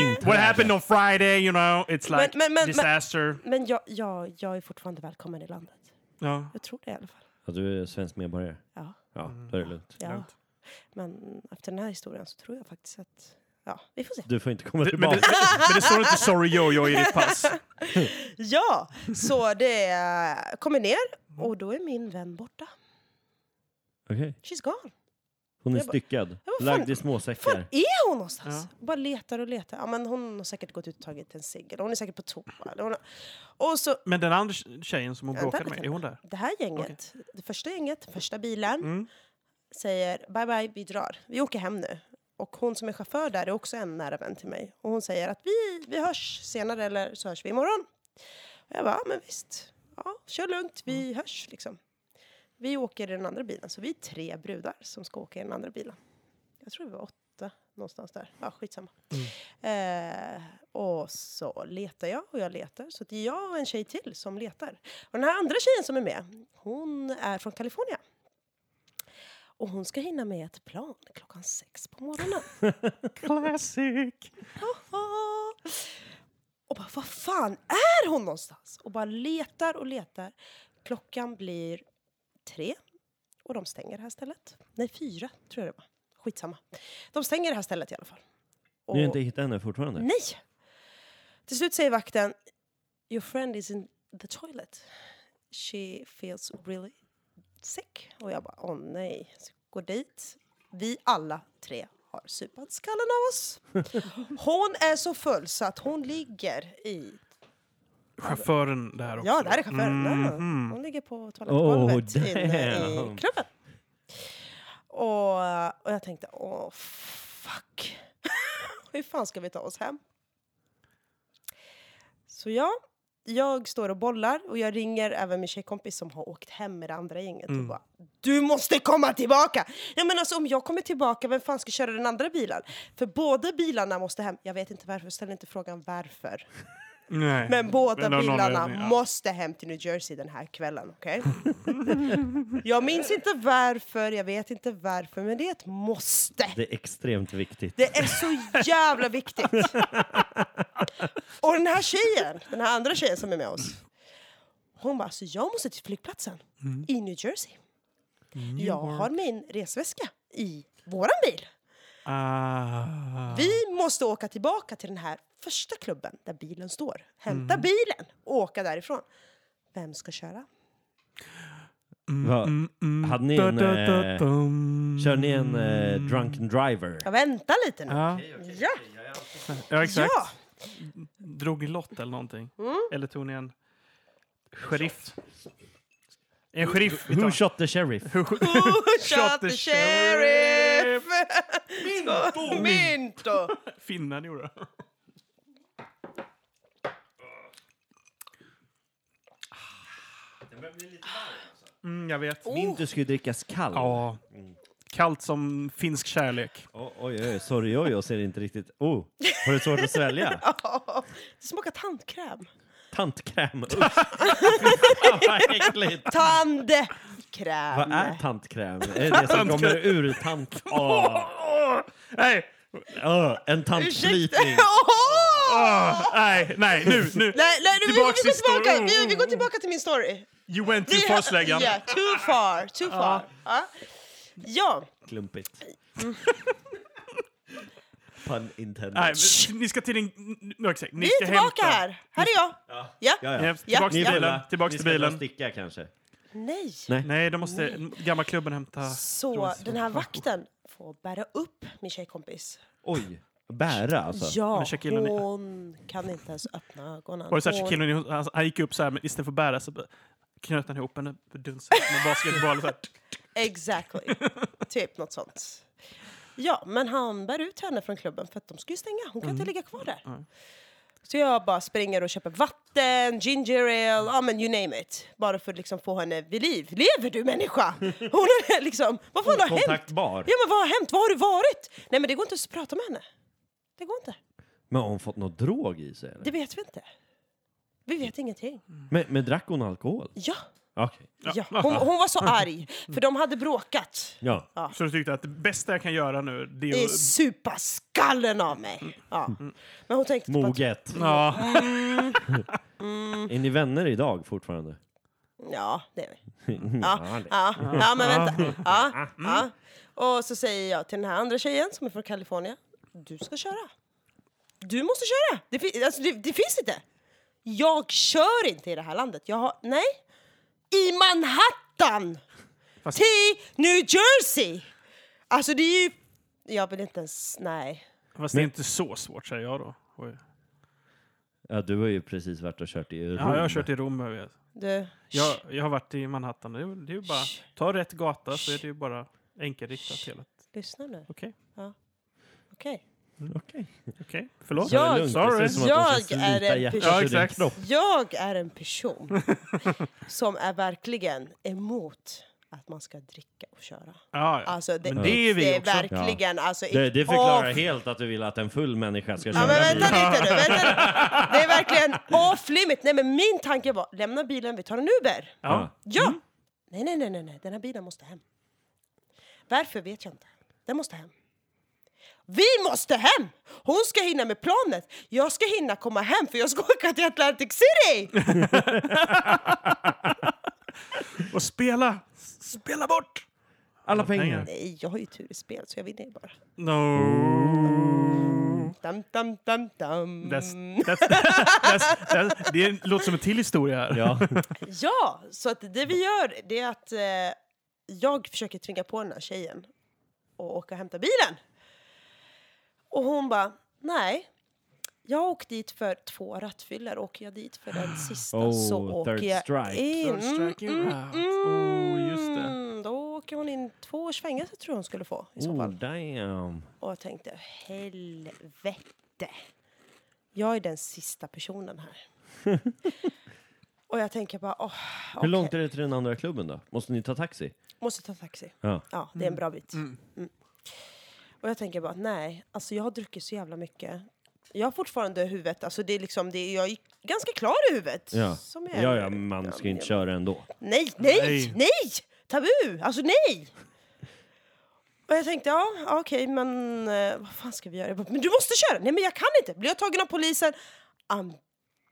Inte
What
här.
happened on Friday, you know? It's
Men-
like
men- men- men-
disaster.
Men jag, jag, jag är fortfarande välkommen i landet.
Ja.
Jag tror det i alla fall.
Ja, du är svensk medborgare.
Ja. Mm.
Ja, då är det lugnt.
Ja.
Lugnt.
Men efter den här historien så tror jag faktiskt att... Ja, vi får se.
Du får inte komma
Men, det, men
tillbaka.
det står inte sorry yo-yo i ditt pass.
Ja, så det eh, kommer ner och då är min vän borta.
Okej.
She's gone.
Hon är
Jag bara-
styckad.
vad fan-
Lagd i
Var
småsäckar.
är hon någonstans?
Ja.
Bara letar och letar. Ja, men hon har säkert gått ut och tagit en cigg. eller Hon är säkert på toa. eller Hon har... Och så
Men den andra tjejen som hon
Vänta
bråkade
lite.
med, är hon där?
det här gänget, det första gänget, första bilen, säger bye bye, vi drar. Vi åker hem nu. Och hon som är chaufför där är också en nära vän till mig. Och hon säger att vi, vi hörs senare eller så hörs vi imorgon. Och jag bara, "Ja, men visst. Ja, kör lugnt, vi hörs liksom. Vi åker i den andra bilen, så vi är tre brudar som ska åka i den andra bilen. Jag tror vi var åtta någonstans där. Ja, skitsamma. Eh, och så letar jag och jag letar. Så det är jag och en tjej till som letar. Och den här andra tjejen som är med, hon är från Kalifornien. Och hon ska hinna med ett plan klockan sex på morgonen.
Classic!
och bara, vad fan är hon någonstans? Och bara letar och letar. Klockan blir tre och de stänger det här stället. Nej, fyra tror jag det var. Skitsamma. De stänger det här stället i alla fall.
Ni har
Och-
inte hittat henne fortfarande?
Nej! Till slut säger vakten Your friend is in the toilet. She feels really sick. Och jag bara, åh nej. Så går dit. Vi alla tre har supat skallen av oss. Hon är så full så att hon ligger i...
Chauffören där också. Mm.
Ja, där är chauffören. Ja, Hon ligger på toalettgolvet
Mm-hmm. Oh,
inne i
damn.
klubben. Och, och jag tänkte, åh fuck. Hur fan ska vi ta oss hem? Så ja, jag står och bollar och jag ringer även min tjejkompis som har åkt hem med det andra gänget
Mm.
och bara Du måste komma tillbaka! Jag menar alltså om jag kommer tillbaka, vem fan ska köra den andra bilen? För båda bilarna måste hem. Jag vet inte varför, ställ inte frågan varför.
Nej.
Men båda
Men av någon
bilarna
anledning, ja.
måste hem till New Jersey den här kvällen, okej? jag minns inte varför, jag vet inte varför, men det är ett måste.
Det är extremt viktigt.
Det är så jävla viktigt. Och den här tjejen, den här andra tjejen som är med oss. Hon bara, så jag måste till flygplatsen i New Jersey. jag har min resväska i våran bil.
Ah.
Vi måste åka tillbaka till den här första klubben där bilen står.
Mm.
Hämta bilen och åka därifrån. Vem ska köra?
Va?
Mm.
Mm,
Hade ni en, eh,
Da-da-da-dum.
Kör ni en eh,
Mm.
drunken driver?
Jag väntar lite nu.
Ja,
Ja,
ja
ja.
exakt. Drog en lott eller någonting.
Mm.
Eller tog ni en sheriff? En sheriff vi
Who
tar.
shot the sheriff?
Oh, Shot the sheriff! Minto! Minto!
Finnen gjorde det. Mm, jag vet.
Oh.
Min du skulle drickas kall.
Ja. Kallt som finsk kärlek.
O- Oj, oj, sorry, oj, jag ser inte riktigt. Oh, har du svårt att svälja?
Det smakar tandkräm.
Tantkräm, usch! Fan, vad äckligt!
Tandkräm!
Vad är tantkräm? Är det det som kommer ur tant... Åh,
Nej,
åh, en tantslitning.
Åh!
ah, nej, nej, nu, nu.
Nej, nej, nu, vi, vi,
Tillbaks till
går tillbaka.
story.
Vi, vi går tillbaka till min story.
You went too far, släggan. Ah.
Ja, too far, too far. Ja. ja,
Klumpigt. Pun intended.
Nej, men ni ska till din... Nu, exakt. Ni
vi
ska
är tillbaka
hämta.
här. Här är jag. Ja.
Ja, ja.
Ja, tillbaks
Ni
till bilen.
är fulla.
Tillbaks
Ni
till
ska dra och
bilen.
sticka kanske?
Nej.
Nej, de måste gamla klubben hämta...
Så den här vakten får bära upp min tjejkompis.
Oj, bära alltså?
Ja,
Men Shaquille O'Neal-
hon kan inte ens öppna ögonen.
Var det så här,
Hon-
Shaquille O'Neal, han, han gick upp så här, men istället för att bära så bara knöt han ihop henne för dunsen med basketboll. Så här.
Exactly. typ något sånt. Ja, men han bär ut henne från klubben för att de ska ju stänga. Hon kan inte
Mm.
ligga kvar där. Så jag bara springer och köper vatten, ginger ale, ja men you name it. Bara för att liksom få henne vid liv. Lever du människa? Hon är liksom, vad fan har hänt?
Kontaktbar.
Ja men vad har hänt? Vad har du varit? Nej men det går inte att prata med henne. Det går inte.
Men har hon fått något drog i sig? Eller?
Det vet vi inte. Vi vet ingenting.
Men, men drack hon alkohol?
Ja,
Okej.
ja. Mm. Hon, hon var så arg. För de hade bråkat.
Ja.
Så du tyckte att det bästa jag kan göra nu, det
Det
är
är
att...
supa skallen av mig. Ja. Men hon tänkte typ att,
Moget.
Ja,
Är ni vänner idag fortfarande?
ja, det är vi. Ja, ja, ja, men vänta. Ja, ja. Och så säger jag till den här andra tjejen som är från Kalifornien. Du ska köra. Du måste köra. Det, fi- alltså, det, det finns inte. Jag kör inte i det här landet. Jag har, nej. I Manhattan!
Fast-
Till New Jersey! Alltså det är ju... Jag vill inte ens... Nej.
fast det är inte så svårt säger jag då. Oj.
Ja, du har ju precis varit och kört i Rom.
Ja, jag har kört i Rom, jag vet.
Du,
Jag, jag har varit i Manhattan. Det är, ju- det är ju bara... Ta rätt gata så är det ju bara enkelriktat hela...
lyssna nu.
Okej.
Okej.
Okej.
Okej. Förlåt.
Ja.
Ta det
Jag-
lugnt. Det ser ut som att de
jag
ska
är
slita
en
hjärtat
person.
ur din
Ja, exakt.
kropp.
Jag är en person som är verkligen emot att man ska dricka och köra.
Ja, ja.
Alltså, det,
Men det är vi
det är
också.
verkligen... Alltså,
Det, det förklarar
off-
helt att du vill att en full människa ska köra
Ja, men vänta
bil.
lite nu. Vänta. lite. Det är verkligen off limit. Nej, men min tanke var, lämna bilen, vi tar en Uber.
Ja.
Ja! Nej, nej, nej, nej, nej, den här bilen måste hem. Varför vet jag inte. Den måste hem. Vi måste hem! Hon ska hinna med planet. Jag ska hinna komma hem för jag ska åka till Atlantic City!
Och spela! Spela bort!
Alla
pengar.
pengar.
Nej, jag har ju tur i spel så jag vinner ju bara.
Mm. No.
Dam, dam, dam, dam.
That's, that's, that's, that's, det låter som en till historia här.
Ja.
Ja, så att det vi gör det är att eh, jag försöker tvinga på den här tjejen och åka och hämta bilen. Och hon bara, nej. Jag har åkt dit för två rattfyllor. Åker jag dit för den sista så
Oh,
åker
third
jag
strike.
in.
Strike you out. Oh, just det.
Mm, då åker hon in två års fängelse tror jag hon skulle få i så
Oh,
fall.
damn.
Och jag tänkte, helvete. Jag är den sista personen här. Och jag tänker bara, åh,
Hur
okej.
långt är det till den andra klubben då? Måste ni ta taxi?
Måste ta taxi.
Ja.
Ja, det är en bra bit. Mm. Och jag tänker bara, nej, alltså jag har druckit så jävla mycket. Jag har fortfarande huvudet, alltså det är liksom, det är, jag är ganska klar i huvudet.
Ja,
Som jag är.
ja, ja man ska ju inte köra ändå.
Nej, nej,
Nej.
nej, Tabu! Alltså nej! Och jag tänkte, ja, ja, okej, men eh, vad fan ska vi göra? Jag bara, men du måste köra! Nej, men jag kan inte! Blir jag tagen av polisen, I'm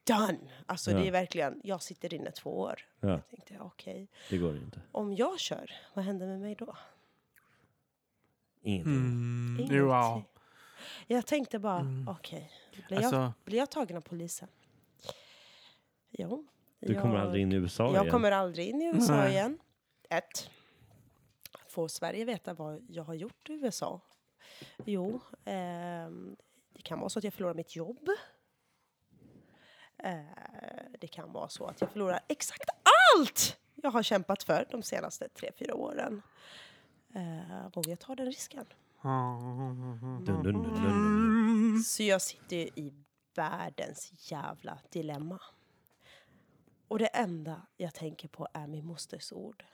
done! Alltså
Ja.
det är verkligen, jag sitter inne två år.
Ja.
Jag tänkte, okej,
Det går inte.
om jag kör, vad händer med mig då?
Inte.
Mm.
Ingenting.
Wow.
Jag tänkte bara,
Mm.
okej, blir, jag,
Alltså,
blir jag tagen av polisen? Jo.
Du kommer aldrig in i USA
Jag
igen.
kommer aldrig in i USA
Nej.
igen. Ett. Får Sverige veta vad jag har gjort i USA? Jo, ehm, det kan vara så att jag förlorar mitt jobb. Eh, det kan vara så att jag förlorar exakt allt jag har kämpat för de senaste tre, fyra åren. Eh, vågar jag ta den risken?
Dun, dun, dun, dun, dun.
Så jag sitter ju i världens jävla dilemma. Och det enda jag tänker på är min mosters ord.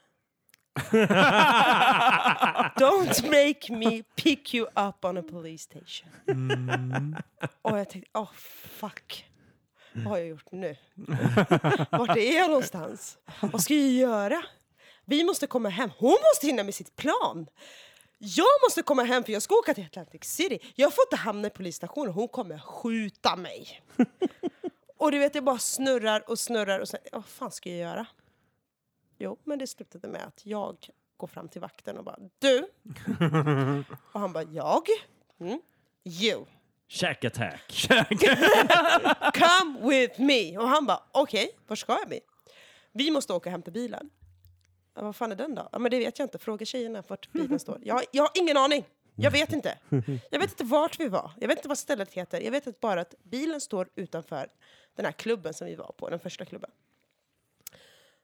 Don't make me pick you up on a police station. Och jag tänkte, oh fuck. Vad har jag gjort nu? Vart är jag någonstans? Vad ska jag göra? Vi måste komma hem. Hon måste hinna med sitt plan. Jag måste komma hem för jag ska åka till Atlantic City. Jag får inte hamna i polisstationen. Hon kommer skjuta mig. och du vet, det bara snurrar och snurrar. Och sen, vad fan ska jag göra? Jo, men det slutade med att jag går fram till vakten och bara, du? och han bara, jag? Mm. You.
Shack attack!
Come with me! Och han bara, okej, var ska vi? Vi måste åka och hämta bilen. Ja, vad fan är den då? Ja, men det vet jag inte. Fråga tjejerna vart bilen står. Jag, jag har ingen aning. Jag vet inte. Jag vet inte vart vi var. Jag vet inte vad stället heter. Jag vet att bara att bilen står utanför den här klubben som vi var på, den första klubben.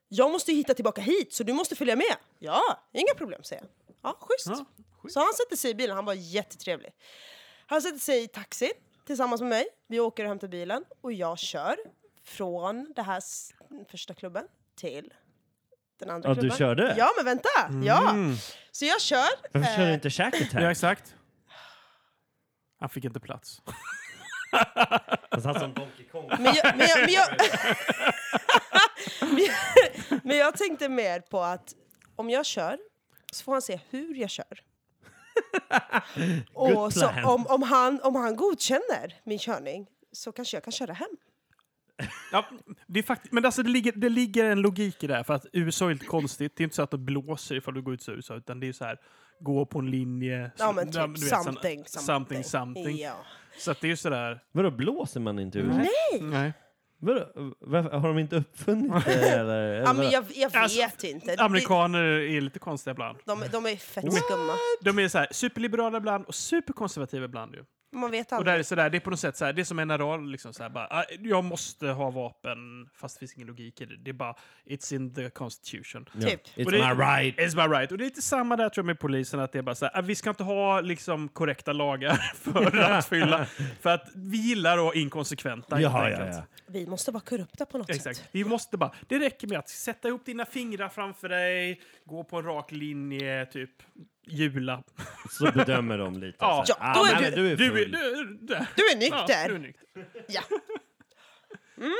Jag måste ju hitta tillbaka hit, så du måste följa med. Ja, inga problem, säger han. Ja, schysst. Så han sätter sig i bilen. Han var jättetrevlig. Han sätter sig i taxi tillsammans med mig. Vi åker och hämtar bilen och jag kör från den här s- första klubben till den andra
Ja, du
klubben.
körde? Mm.
Ja, men vänta! Ja. Så jag kör.
Varför kör
eh,
du inte Shack
Ja,
attack?
exakt. Han fick inte plats.
Han satt som Donkey Kong.
Men jag, men, jag, men, jag, men, jag, men jag tänkte mer på att om jag kör så får han se hur jag kör. Och så
plan.
om, om, han, om han godkänner min körning så kanske jag kan köra hem.
Ja, det är fakt- men alltså det, ligger, det ligger en logik i det här, för att USA är lite konstigt. Det är inte så att det blåser ifall du går ut ur USA, utan det är så här, gå på en linje.
Ja,
du
men typ
vet, sen-
something,
something.
something.
something.
Ja.
Så att det är ju sådär...
Vadå, blåser man inte ur? Nej.
Nej.
Vadå, varför, har de inte uppfunnit det? Eller, eller
Ja, men
vadå?
jag, jag vet
Alltså,
inte.
Amerikaner är lite konstiga ibland.
De, de, de är fett skumma.
De är så här, superliberala ibland och superkonservativa ibland. Ju.
Man vet
Och där
aldrig.
är sådär, det är på något sätt såhär, det är som NRA, liksom såhär, bara, "Ah, jag måste ha vapen, fast det finns ingen logik i det. Det är bara, it's in the constitution.
Ja.
typ.
It's
Och det-
my right!
It's my right. Och det är lite samma där tror jag med polisen, att det är bara såhär, "Ah, vi ska inte ha liksom korrekta lagar för rattfylla, för att vi gillar att vara inkonsekventa. helt
Jaha, ja,
enkelt.
ja.
Vi måste vara korrupta på något
Exakt.
sätt.
Vi måste bara, det räcker med att sätta ihop dina fingrar framför dig, gå på en rak linje, typ jula.
Så bedömer de lite.
Ja.
så här, "Ah,
Ja, då är
men
du-
du är
Du, är-
full.
du, du,
Du är
Ja,
nykter!
du är nykter.
Ja. Mm.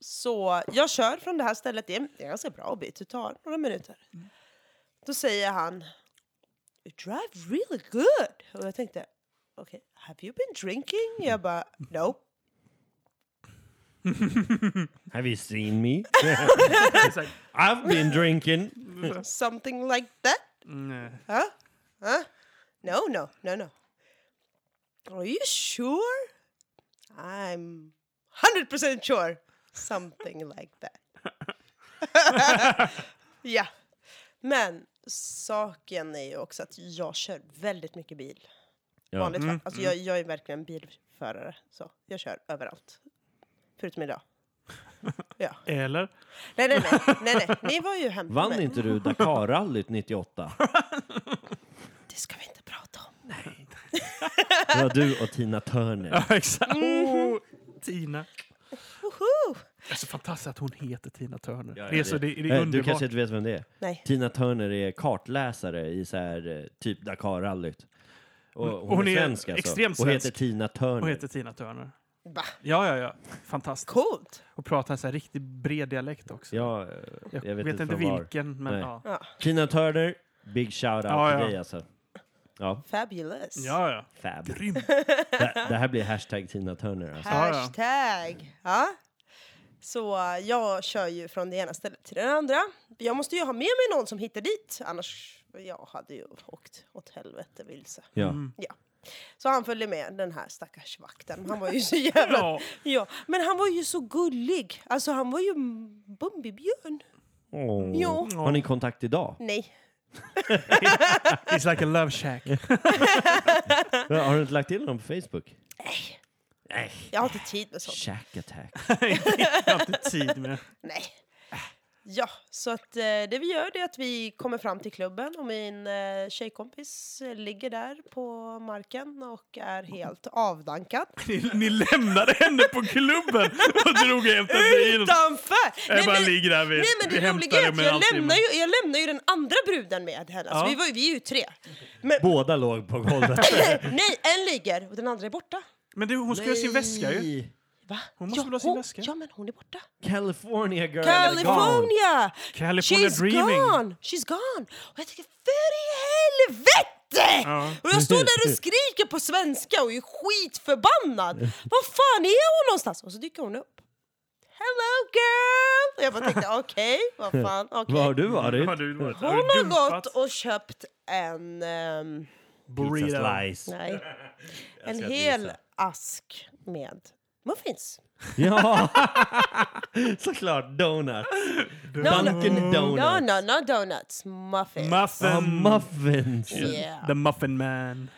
Så jag kör från det här stället. Det är det är en ganska bra bit. Det tar några minuter. Då säger han You drive really good. Och jag tänkte, okay, have you been drinking? Jag bara, nope.
Have you seen me?
Exakt.
I've been drinking.
Something like that.
Nej.
Huh? Huh? No, no, no, no. Are you sure? I'm 100% sure. Something like that. ja. Men saken är ju också att jag kör väldigt mycket bil.
Ja.
Vanligt fall. Alltså jag, jag är verkligen en bilförare. Så jag kör överallt. Förutom idag. Ja.
Eller?
Nej, nej, nej. nej, nej. Ni var ju hemma med
Vann
mig.
inte du Dakar-rallyt 98?
Det ska vi inte prata om.
Det var du och Tina Turner.
Ja, exakt. Oh, Mm. Tina.
Mhm. Woho!
Det är så fantastiskt att hon heter Tina Turner.
Ja, ja,
det är, så,
det-
det, det är
Eh, Du
underbart.
kanske inte vet vem det är?
Nej.
Tina Turner är kartläsare i så här, eh, typ Dakar-rallyt. Och hon,
hon
är,
är
svensk alltså.
extremt
och heter
svensk.
Tina Turner.
Hon heter Tina Turner.
Va?
Ja, ja, ja. Fantastiskt.
Coolt!
Och pratar en så här riktigt bred dialekt också.
Ja, eh,
Jag,
jag
vet,
vet inte
inte
från var.
vilken, men
Nej.
ja.
Ja.
Tina Turner, big shout-out
Ja,
till
ja.
dig alltså. Ja,
Fabulous!
Ja, ja.
fab.
Grym.
det, det här blir hashtag Tina Turner alltså.
Ja, ja.
Hashtag! Ja. Så eh, jag kör ju från det ena stället till det andra. Jag måste ju ha med mig någon som hittar dit, annars jag hade ju åkt åt helvete vilse.
Ja.
Mm.
Så han följde med, den här stackars vakten. Han var ju så jävla... ja.
Ja.
Men han var ju så gullig. Alltså han var ju m- Bumbibjörn.
Åh.
Jo.
Har ni kontakt idag?
Nej.
It's like a love shack.
Har du inte lagt till dem på Facebook? Nej.
Jag har inte tid med sånt.
Shack attack.
Jag har inte tid med det.
Nej.
Äh.
Ja, så att eh, det vi gör det är att vi kommer fram till klubben och min eh, tjejkompis eh, ligger där på marken och är helt avdankad.
Ni, ni lämnade henne på klubben och drog och hämtade bilen.
Utanför!
Jag bara
men-
ligger där vid,
Nej men
vid
det roliga är
hämtaren
att jag
med en halvtimme.
lämnar, ju, jag lämnar ju den andra bruden med henne.
Ja.
Alltså, vi, var, ju- vi är ju tre.
Båda låg på golvet.
Nej, en ligger och den andra är borta.
Men du, hon ska ha sin väska ju.
Nej.
Va?
Hon måste
ja,
väl ha sin väska?
Ja, men hon är borta.
California girl. gone.
California!
California
She's
dreaming.
gone! She's gone! Och jag tänker, för i helvete!
Ja.
Och jag står där och skriker på svenska och är skitförbannad. Vad fan är hon någonstans? Och så dyker hon upp. Hello girl! Och jag bara tänkte, okej, vad fan, okej.
Vad har du varit?
Har du varit?
Hon har gått och köpt en... ehm,
Pizza
burrito.
slice.
nej. En
ska
hel
gissa.
ask med muffins.
Ja, såklart. Donut. Dunkin'
No,
Donuts.
no, no donuts. Muffins.
Ah,
Muffin.
muffins.
Yeah.
The muffin man.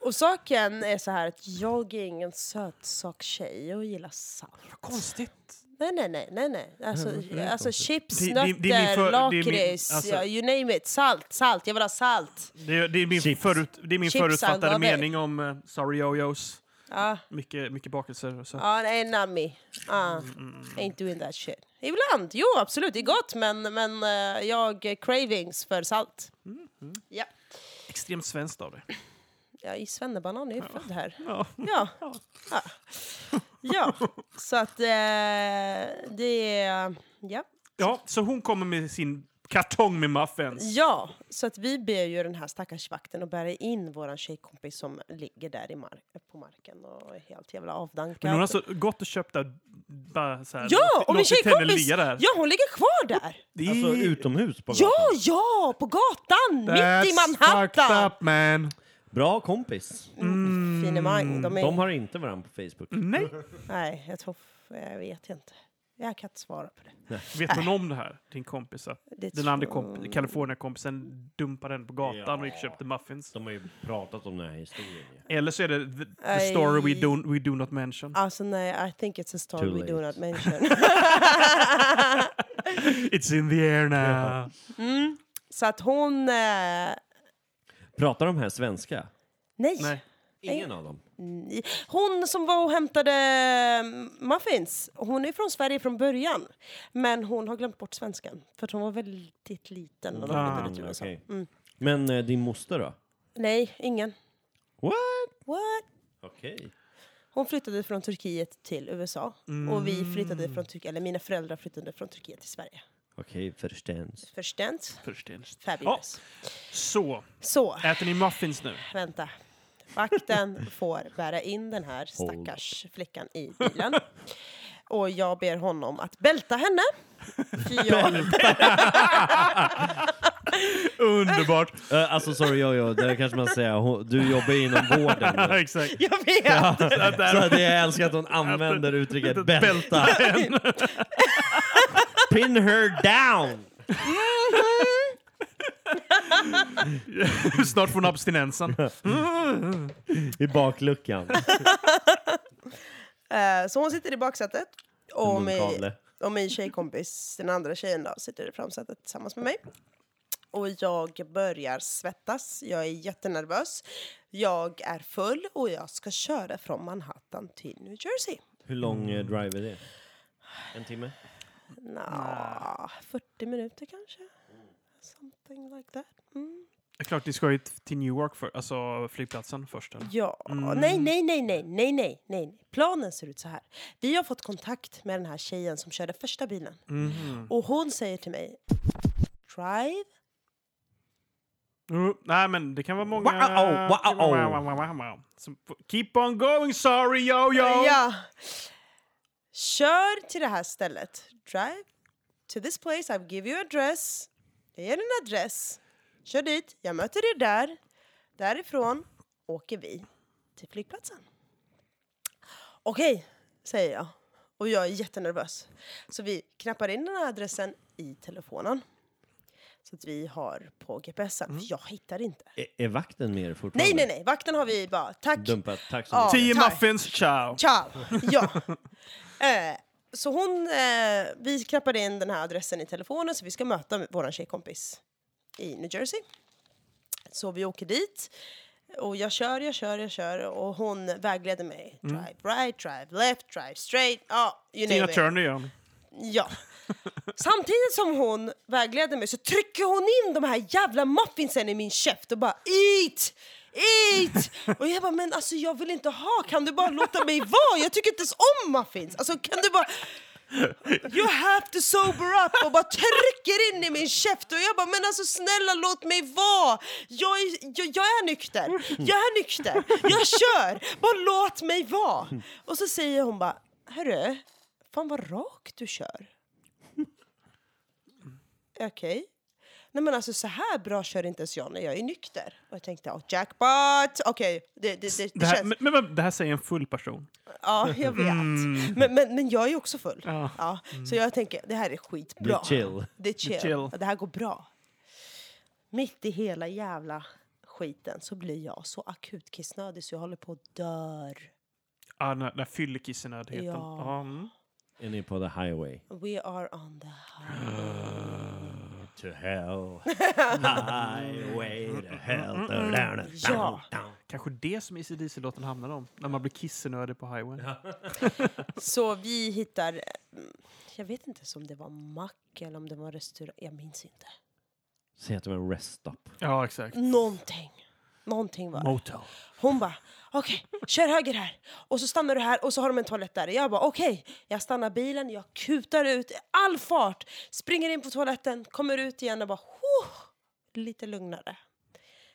Och saken är så här att jag är ingen sötsakstjej. Jag gillar salt.
Konstigt.
Nej, nej, nej. nej, nej. Alltså, alltså chips,
Det- det- det är min
nötter,
för- det är min-
lakrits,
alltså-
ja, you name it. Salt, salt. Jag vill ha salt.
Det är, det är min,
Chips.
förut, det är min
Chips
förutfattade
alla väg.
mening om uh, Sorry Yo-Yos.
Ja,
Mycket, mycket bakelser och så.
ja nej, nami. Ah,
Mm,
ain't doing that shit. Ibland, jo absolut, det är gott men, men eh, jag cravings för salt.
Mm,
Ja,
Extremt svenskt av det.
jag är svennebanan, jag är född här.
Ja.
Ja. ja. Ja, så att eh, det är... Ja.
ja, så hon kommer med sin kartong med muffins.
ja, så att vi ber ju den här stackars vakten att bära in vår tjejkompis som ligger där i mar- på marken och är helt jävla avdankad.
Men hon har alltså gått och köpt där, bara så här,
ja, och min
låtit henne
tjejkompis!
ligga där.
Ja, hon ligger kvar där!
Det är-
Alltså utomhus på gatan.
Ja, ja, på gatan! mitt i
fucked
Manhattan!
up man.
Bra kompis.
Mm. Finemang, de är...
De har inte varandra på Facebook.
Nej,
Nej, jag tror... Jag vet inte. Jag kan inte svara på det.
vet hon om det här? Din kompis? att
det
Den andra
tror-
komp- Kalifornien-kompisen dumpade den på gatan och gick och köpte muffins.
De har ju pratat om den här historien. ju.
Eller så är det the, the
Aj.
story we do, we do not mention.
Alltså nej, I think it's a story
Too
we do
late.
not mention.
It's in the air now.
Så att hon... Eh,
Pratar de här svenska?
nej.
Nej.
Ingen av dem.
Hon som var och hämtade eh, muffins, hon är från Sverige från början. Men hon har glömt bort svenskan, för att hon var väldigt liten. när de
Ah,
flyttade till
Mm,
USA.
okej. Men eh, din moster då?
Nej, ingen.
What?
What?
Okej.
Hon flyttade från Turkiet till USA. Och vi flyttade från Turkiet, eller mina föräldrar flyttade från Turkiet till Sverige.
Okej, förstås.
Förstått?
Förstens.
Fabulous.
Så,
Så,
äter ni muffins nu?
vänta. Vakten får bära in den här stackars flickan i bilen. Och jag ber honom att bälta henne. För jag,
Underbart!
Eh, alltså sorry Jojo, det kanske man säger. Hon- Du jobbar ju inom vården.
Ja,
nu.
Exakt.
jag vet!
Så Alltså, det jag älskar att hon använder uttrycket bälta. Pin her down!
Snart får hon abstinensen.
I bakluckan.
Eh, Så hon sitter i baksätet. Och min,
Munkavle.
och min tjejkompis, den andra tjejen då, sitter i framsätet tillsammans med mig. Och jag börjar svettas. Jag är jättenervös. Jag är full och jag ska köra från Manhattan till New Jersey. Mm.
Hur lång eh, drive är det? En timme?
Nja, 40 minuter kanske. Something like that. Mm.
Det är klart, ni ska ju till Newark, för, alltså flygplatsen först. Eller?
Ja,
Mm.
nej, nej, nej, nej, nej, nej, nej. nej. Planen ser ut så här. Vi har fått kontakt med den här tjejen som körde första bilen.
Mhm.
Och hon säger till mig, drive.
Jo, nej, men det kan vara många...
Wow, wow,
wow, wow. Så, keep on going, sorry, yo, yo!
Ja. Kör till det här stället. Drive to this place, I'll give you address. Jag ger dig en adress. Kör dit, jag möter dig där. Därifrån åker vi till flygplatsen. Okej, säger jag. Och jag är jättenervös. Så vi knappar in den här adressen i telefonen. Så att vi har på GPSen. För jag hittar inte.
Är, är vakten med er fortfarande?
Nej, nej, nej. Vakten har vi bara. Tack.
Dumpat. Tack så
Ja.
mycket.
Tio
Tack.
muffins, ciao!
Ciao! Ja. eh, så hon, eh, vi knappade in den här adressen i telefonen så vi ska möta vår tjejkompis i New Jersey. Så vi åker dit och jag kör, jag kör, jag kör och hon vägleder mig. Drive right, drive left, drive straight. Ja, you
Tina
name it.
Turner igen.
Ja. Samtidigt som hon vägleder mig så trycker hon in de här jävla muffinsen i min käft och bara eat! Eat! Och jag bara, men alltså jag vill inte ha, kan du bara låta mig vara? Jag tycker inte ens om muffins! Alltså kan du bara... You have to sober up! Och bara trycker in i min käft och jag bara, men alltså snälla låt mig vara! Jag är, jag, jag är nykter, jag är nykter, jag kör! Bara låt mig vara! Och så säger hon bara, hörru, fan vad rakt du kör. Okej. Nej men alltså så här bra kör inte ens jag när jag är nykter. Och jag tänkte, oh, jackpot! Okej, det, det, det,
Det
det
här,
känns...
men, men, men, det här säger en full person.
Ja, jag vet. Men, men, men jag är ju också full.
Ja.
Mm. Ja. Så jag tänker, det här är skitbra.
Det är chill.
Det är chill.
chill.
Ja, Det här går bra. Mitt i hela jävla skiten så blir jag så akut kissnödig så jag håller på att dör.
Ja, den här, den här fyllekissenödigheten.
Ja.
Ja, mm.
Är ni på the highway?
We are on the high.
To hell. highway to hell. Down, down,
Mm, Ja.
down.
Kanske det som AC DC-låten handlar om, när man blir kissenödig på highway.
Så vi hittar, mm, jag vet inte om det var mack eller om det var restaurang, jag minns inte.
Säg att det var en rest stop.
Ja, exakt.
Någonting. Någonting var det.
Motel.
Hon bara, okej, kör höger här. Och så stannar du här och så har de en toalett där. Jag bara, okej. Jag stannar bilen, jag kutar ut i all fart. Springer in på toaletten, kommer ut igen och bara, oh, lite lugnare.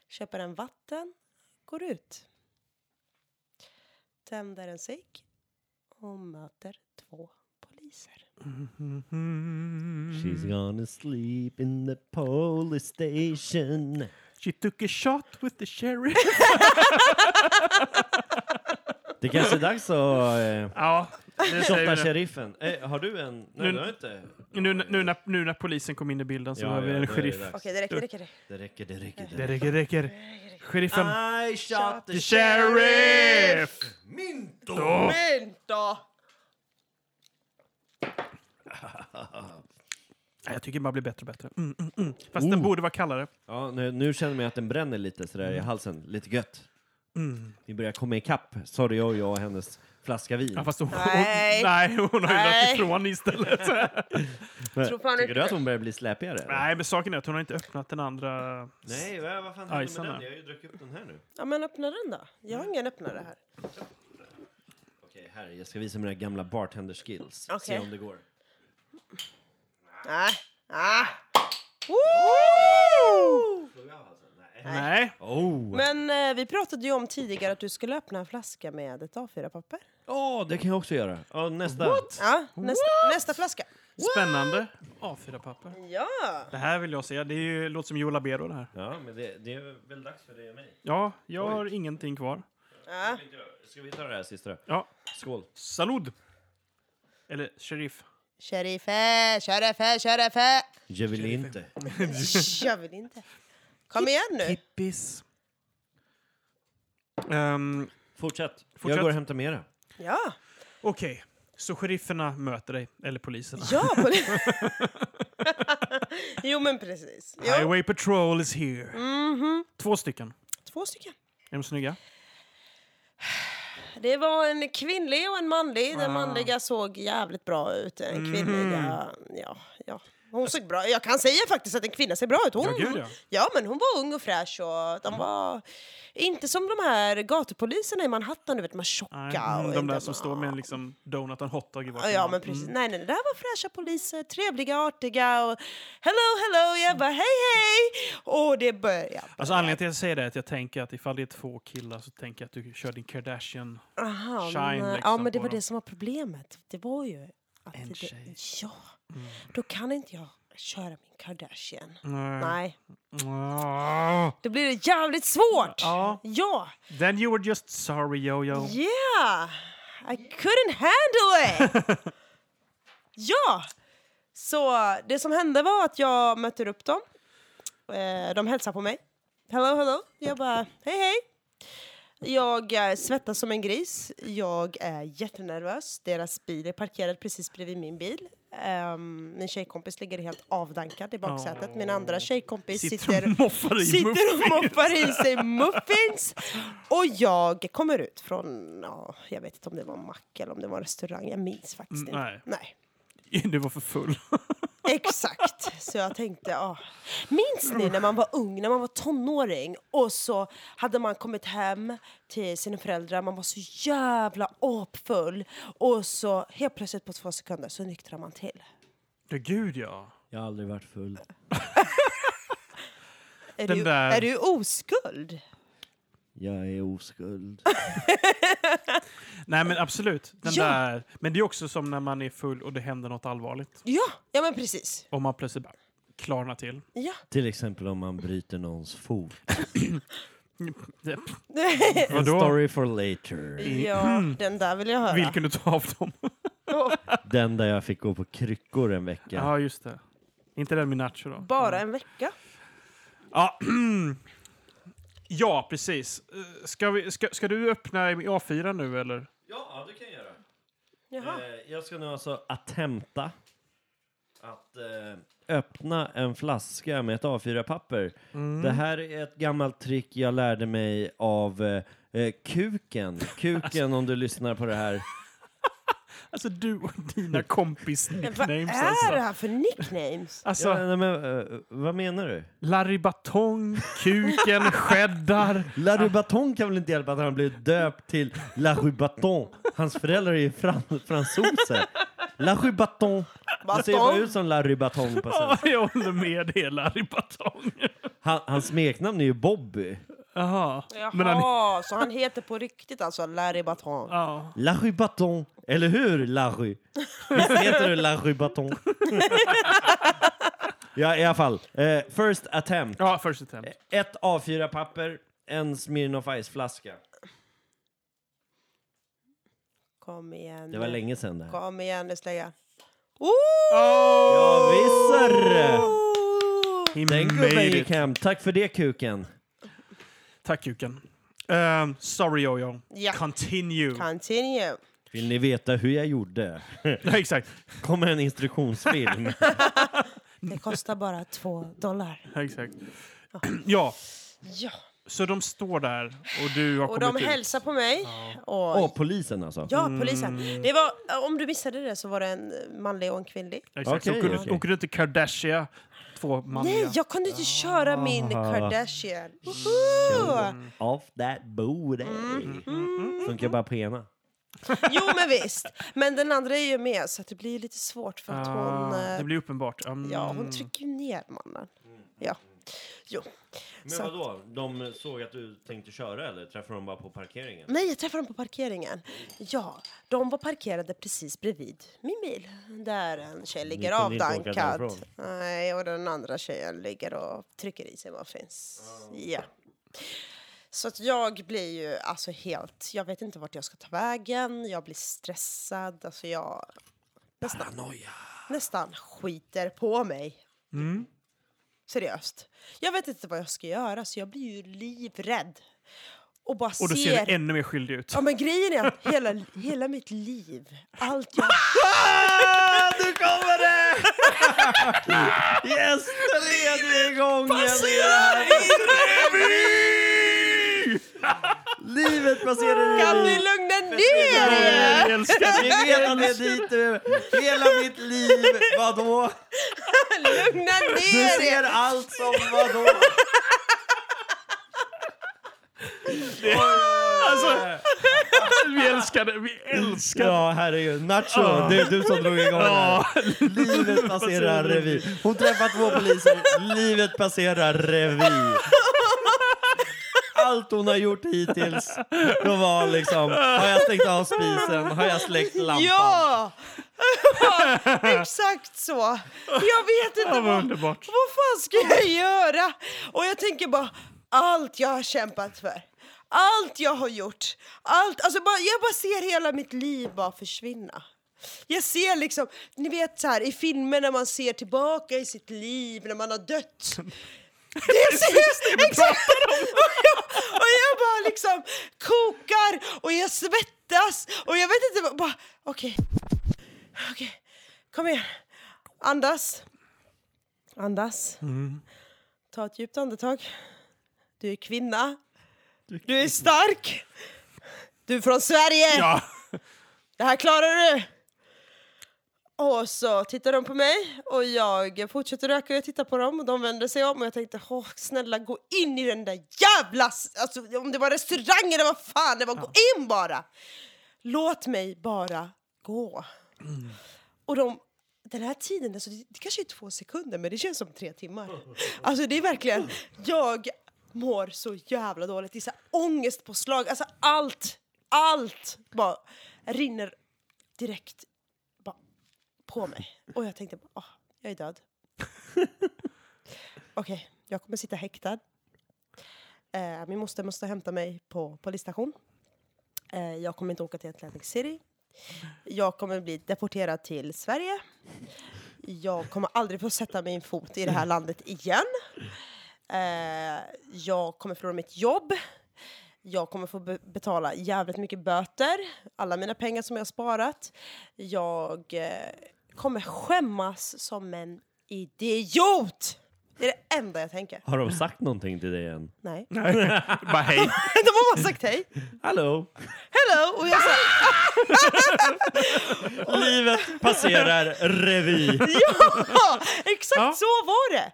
Köper en vatten, går ut. Tänder en cigg och möter två poliser.
Mm.
Mm.
She's gonna sleep in the police station.
She took a shot with the sheriff.
Det kanske är dags att eh,
ja, det
shotta
säger vi
sheriffen. Eh, har du en?
Nu-
Nej, du har inte.
nu. Nu, nu, när, nu när polisen kom in i bilden så
Ja,
behöver vi
ja,
en
då är
sheriff.
det dags.
Okej, det räcker, det räcker. det räcker.
Det räcker,
Det
det räcker.
räcker, det räcker. Sheriffen.
I shot Ah, the
The
sheriff!
sheriff!
Minto!
Men då!
Ja, Jag tycker den bara blir bättre och bättre. Mm, mm, mm. Fast
Oh.
den borde vara kallare.
Ja, nu, nu känner jag att den bränner lite sådär
Mm.
i halsen. Lite gött. Vi börjar komma ikapp. Sorry, jag och jag och hennes flaska vin.
Ja, fast hon, hon,
Nej.
nej, hon har ju
Nej.
dragit ifrån istället.
Tror fan
Tycker
inte
du att hon börjar bli släpigare? eller?
nej, men saken är att hon har inte öppnat den andra.
Nej, vad, vad fan hände
Ajsan,
med
ja.
den? Jag har ju druckit upp den här nu.
Ja men öppna den då. Jag har ingen öppnare här.
Okej, här. Jag ska visa mina gamla bartender skills. Se
Okej.
om det går.
Nej. Ah. Woo!
Nej.
Oh!
Men eh, vi pratade ju om tidigare att du skulle öppna en flaska med ett A4-papper.
Åh, det kan jag också göra. Ja, nästa.
Ja, nästa, nästa flaska.
Spännande. A4-papper.
Ja!
Det här vill jag se. Det är ju, låter som Joe Labero det här.
Ja, men det, det är väl dags för dig och mig.
Ja, jag har ingenting kvar.
ja.
Ska vi ta det här sista då?
Ja.
Skål.
Salud! Eller sheriff.
Sherife, sherife, sherife!
Jag vill inte.
Jag vill inte. Kom igen nu.
Kippis. Ehm,
Fortsätt. Jag
Fortsätt.
går och hämtar mera.
Ja,
Okej, så sherifferna möter dig, eller poliserna.
ja. poli- jo men precis. Jo.
Highway Patrol is
Mhm.
here. Två stycken.
Två stycken.
Är de snygga?
Det var en kvinnlig och en manlig.
Ah.
Den manliga såg jävligt bra ut. Den
Mhm.
kvinnliga, ja, ja. Hon såg bra Jag kan säga faktiskt att en kvinna ser bra ut. Hon,
Ja, gud, ja. Mm.
men hon var ung och fräsch och de var inte som de här gatupoliserna i Manhattan, du vet, de här
Nej,
tjocka.
mm,
och
de där
inte-
som står med en liksom, donut och en hotdog i
Ja,
varsin
Ja,
hand.
men precis.
Mm.
Nej, nej, det där var fräscha poliser, trevliga, artiga och hello, hello, jag bara hej, hej! Och det började.
Alltså, anledningen till att jag säger det är att jag tänker att ifall det är två killar så tänker jag att du kör din Kardashian.
Aha,
shine
men,
liksom
eh, ja, men det
på
var
dem.
det som var problemet. Det var ju att...
En
det,
tjej. Mm.
Ja, då kan inte jag köra min Kardashian. Nej,
Mm.
då blir det jävligt svårt!
Ja.
Ja!
Then you were just sorry, Jojo.
Yeah! I couldn't handle it! ja! Så det som hände var att jag mötte upp dem. Eh, De hälsade på mig. Hello, hello. Jag bara, hej, hej. Jag eh, svettas som en gris. Jag är jättenervös. Deras bil är parkerad precis bredvid min bil. Ehm, min tjejkompis ligger helt avdankad i baksätet. Min andra tjejkompis
Sitter
sitter,
och moffar i
sitter och moffar i sig muffins. Och jag kommer ut från, ja, jag vet inte om det var en mack eller om det var en restaurang. Jag minns faktiskt
Mm,
inte.
nej.
nej.
Du var för full.
Exakt. Så jag tänkte, ja. Minns ni när man var ung, när man var tonåring och så hade man kommit hem till sina föräldrar, man var så jävla apfull och så helt plötsligt på två sekunder så nyktrar man till.
Ja, gud ja.
Jag har aldrig varit full.
Är,
Den
du,
där-
är du oskuld?
Jag är oskuld.
Nej, men absolut. Den
Ja.
där. Men det är också som när man är full och det händer något allvarligt.
Ja, ja men precis.
Och man plötsligt bara klarnar till.
Ja.
Till exempel om man bryter någons fot. A
Vadå?
story for later.
ja,
Mm.
den där vill jag höra.
Vilken du tar av dem.
Åh,
Den där jag fick gå på kryckor en vecka.
Ja, just det. Inte den med nacho då. Mm.
bara en vecka.
Ja, ja precis. Eh, Ska, vi, ska, ska du öppna i A4 nu eller?
Ja, du kan göra.
Jaha.
Eh, jag ska nu alltså attempta att eh, öppna en flaska med ett A4-papper. Det här är ett gammalt trick jag lärde mig av eh, eh, Kuken. Kuken, om du lyssnar på det här.
Alltså du och dina kompis
Vad
nicknames
är det
alltså.
här för nicknames?
Alltså,
Ja, nej, men, eh, vad menar du?
Larry Batong, Kuken, Cheddar.
La Rue Baton kan väl inte hjälpa att han blivit döpt till La Rue Baton. Hans föräldrar är ju fran fransoser. La Rue Baton. Det ser ju bara ut som La Rue Baton på svenska.
Ja, jag håller med dig, Larry Batong.
Han, hans smeknamn är ju Bobby.
Jaha.
Jaha,
Men han,
så han heter på riktigt alltså Larry Baton.
ja.
La Rue Baton. Eller hur, La Rue? Visst heter du La Rue Baton? ja, i alla fall. Eh, first attempt.
ja, first attempt.
Ett A4-papper, en Smirnoff Ice-flaska.
Kom igen
Det var
nu.
länge sedan det här.
Kom igen nu slägga. Oh!
Ja, visser!
Oh!
He
Den gubben
made
gick
it.
hem. Tack för det, kuken.
Tack Kuken. Ehm, sorry Jojo.
Ja.
Continue.
Continue.
Vill ni veta hur jag gjorde?
Ja, exakt.
kommer en instruktionsfilm.
Det kostar bara två dollar.
Ja, exakt. Ja,
Ja.
så de står där och du har
Och de
kommit ut.
hälsar på mig. Och,
Åh, polisen alltså?
Ja, polisen. Det var, om du missade det så var det en manlig och en kvinnlig.
Exakt.
Okej,
så åker,
okej.
du, åker du till Kardashian, två manliga.
Nej, jag kunde inte köra min Kardashian. Woho!
Off that booty.
Mm-hmm.
Funkar bara på ena.
Jo, men visst. Men den andra är ju med, så att det blir ju lite svårt för att hon...
Ah,
eh,
det blir uppenbart. Mm.
Ja, hon trycker ju ner mannen. Ja. Jo.
Men
Så-
vadå? De såg att du tänkte köra eller träffade de bara på parkeringen?
Nej, jag träffade dem på parkeringen. Ja, de var parkerade precis bredvid min bil. Där en tjej ligger
kunde inte åka
avdankad.
därifrån.
Nej, och den andra tjejen ligger och trycker i sig vad finns. Ja. Så att jag blir ju alltså helt... Jag vet inte vart jag ska ta vägen. Jag blir stressad. Alltså jag... Nästan, Paranoia. Nästan skiter på mig.
Mm.
Seriöst. Jag vet inte vad jag ska göra, så jag blir ju livrädd. Och bara
Och då ser du ännu mer skyldig ut.
Ja, men grejen är att hela, hela mitt liv, allt jag...
Ah, Nu kommer det! yes! Tredje gången i det här!
Revy!
Livet passerar
Kan ni
revy!
lugna Trycka ner er!
Jag älskar
Vi vet att det är dit du... Hela mitt liv, vadå?
Lugna
Du
ner
ser
er!
allt som vadå?
alltså, vi älskar det. Vi älskar det.
Ja, herregud. Nacho, det är du som drog igång det här. Livet passerar revy. Hon träffar två poliser. Livet passerar revy. Allt hon har gjort hittills, då var liksom... Har jag stängt av spisen? Har jag släckt lampan?
Ja! Exakt så. Jag vet inte
Ja, vad
vad, vad
underbart.
fan ska jag göra? Och jag tänker bara, allt jag har kämpat för. Allt jag har gjort. Allt, alltså bara, jag bara ser hela mitt liv bara försvinna. Jag ser liksom, ni vet så här i filmer när man ser tillbaka i sitt liv när man har dött. Det ser exakt! Och jag, och jag bara liksom kokar och jag svettas och jag vet inte, bara okej, okej, kom igen, andas, andas, ta ett djupt andetag, du är kvinna, du är stark, du är från Sverige,
Ja.
det här klarar du! Och så tittar de på mig och jag fortsätter röka och jag tittar på dem och de vänder sig om och jag tänkte Åh, snälla gå in i den där jävla, s- alltså om det var restaurang eller vad fan det var, gå in bara! Låt mig bara gå. Och de, den här tiden, alltså, det, det kanske är två sekunder men det känns som tre timmar. Alltså det är verkligen, jag mår så jävla dåligt, det är så här ångestpåslag, alltså allt, allt bara rinner direkt bara på mig. Och jag tänkte bara, "Ah, jag är död. Okej, jag kommer sitta häktad. Eh, min moster måste hämta mig på polisstation. Eh, jag kommer inte åka till Atlantic City. Jag kommer bli deporterad till Sverige. Jag kommer aldrig få sätta min fot i det här landet igen. Eh, jag kommer förlora mitt jobb. Jag kommer få be- betala jävligt mycket böter. Alla mina pengar som jag har sparat. Jag eh, kommer skämmas som en idiot! Det är det enda jag tänker.
Har de sagt någonting till dig än?
Nej.
Bara hej.
De har bara sagt hej.
Hallå?
Hello! Och jag sa
Livet passerar revy.
ja! Exakt så var det!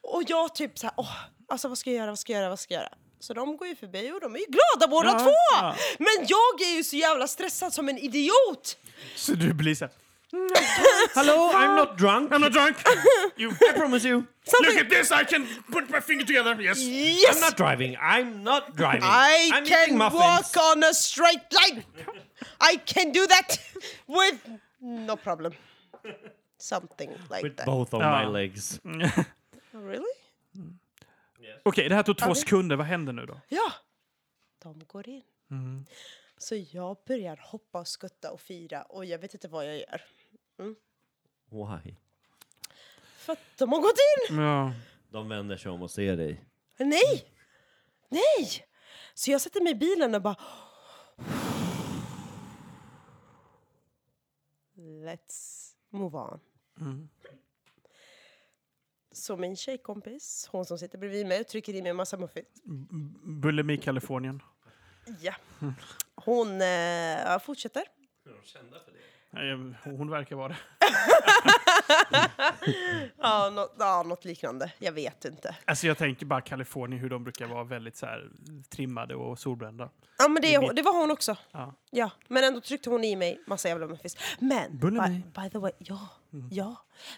Och jag typ så här, åh, alltså vad ska jag göra, vad ska jag göra, vad ska jag göra? Så de går ju förbi och de är ju glada båda
Ja,
två!
ja.
Men jag är ju så jävla stressad som en idiot!
Så du blir så här.
Hallå, I'm not drunk.
I'm not drunk. You,
I promise you.
look at this, I can put my finger together. Yes.
Yes!
I'm not driving. I'm not driving.
I
I'm eating
can
muffins.
walk on a straight line. I can do that with no problem. Something like
With
that.
both of
Ja.
my legs.
Really?
Okej, det här tog två
Okej.
sekunder. Vad händer nu då?
Ja! De går in.
Mm.
Så jag börjar hoppa och skutta och fira och jag vet inte vad jag gör.
Why?
För att de har gått in!
Ja.
De vänder sig om och ser dig.
Nej! Nej! Så jag sätter mig i bilen och bara... Let's move on. Så min tjejkompis, hon som sitter bredvid mig, trycker i mig en massa muffins.
Bulimi, Kalifornien.
Ja. Hon eh, ja, fortsätter.
Nej, Hon verkar vara det.
Ja, något, ja, något liknande. Jag vet inte.
Alltså jag tänker bara Kalifornien, hur de brukar vara väldigt så här, trimmade och solbrända.
Ja, men det, det var hon också.
Ja.
Ja, men ändå tryckte hon i mig massa jävla muffins. Men, by,
Bulimi.
by the way, ja, ja.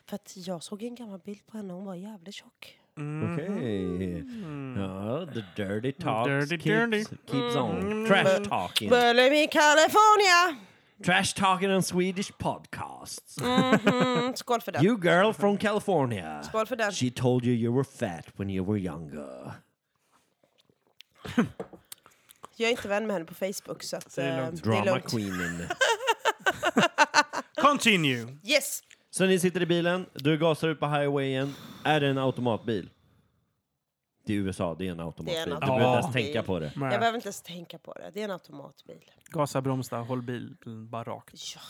För att jag såg en gammal bild på henne och hon var jävligt tjock.
Mm-hmm.
Okej. Ja, the dirty talk
Dirty,
keeps,
dirty. Mm-hmm.
keeps on. Trash talking.
Bulimi, California!
Trash talking on Swedish podcasts.
Mm, skål för den.
You girl from California.
Skål för den.
She told you you were fat when you were younger.
Jag är inte vän med henne på Facebook så att, eh,
lugnt.
det är
Drama
lugnt.
queenen.
Continue!
Yes!
Så ni sitter i bilen, du gasar ut på highwayen. Är det en automatbil? Det är USA, det är en automatbil.
en
Du behöver inte ens
automatbil.
tänka på det.
Jag behöver inte ens tänka på det. Det är en automatbil.
Gasa, bromsa, håll bilen bara rakt.
Ja.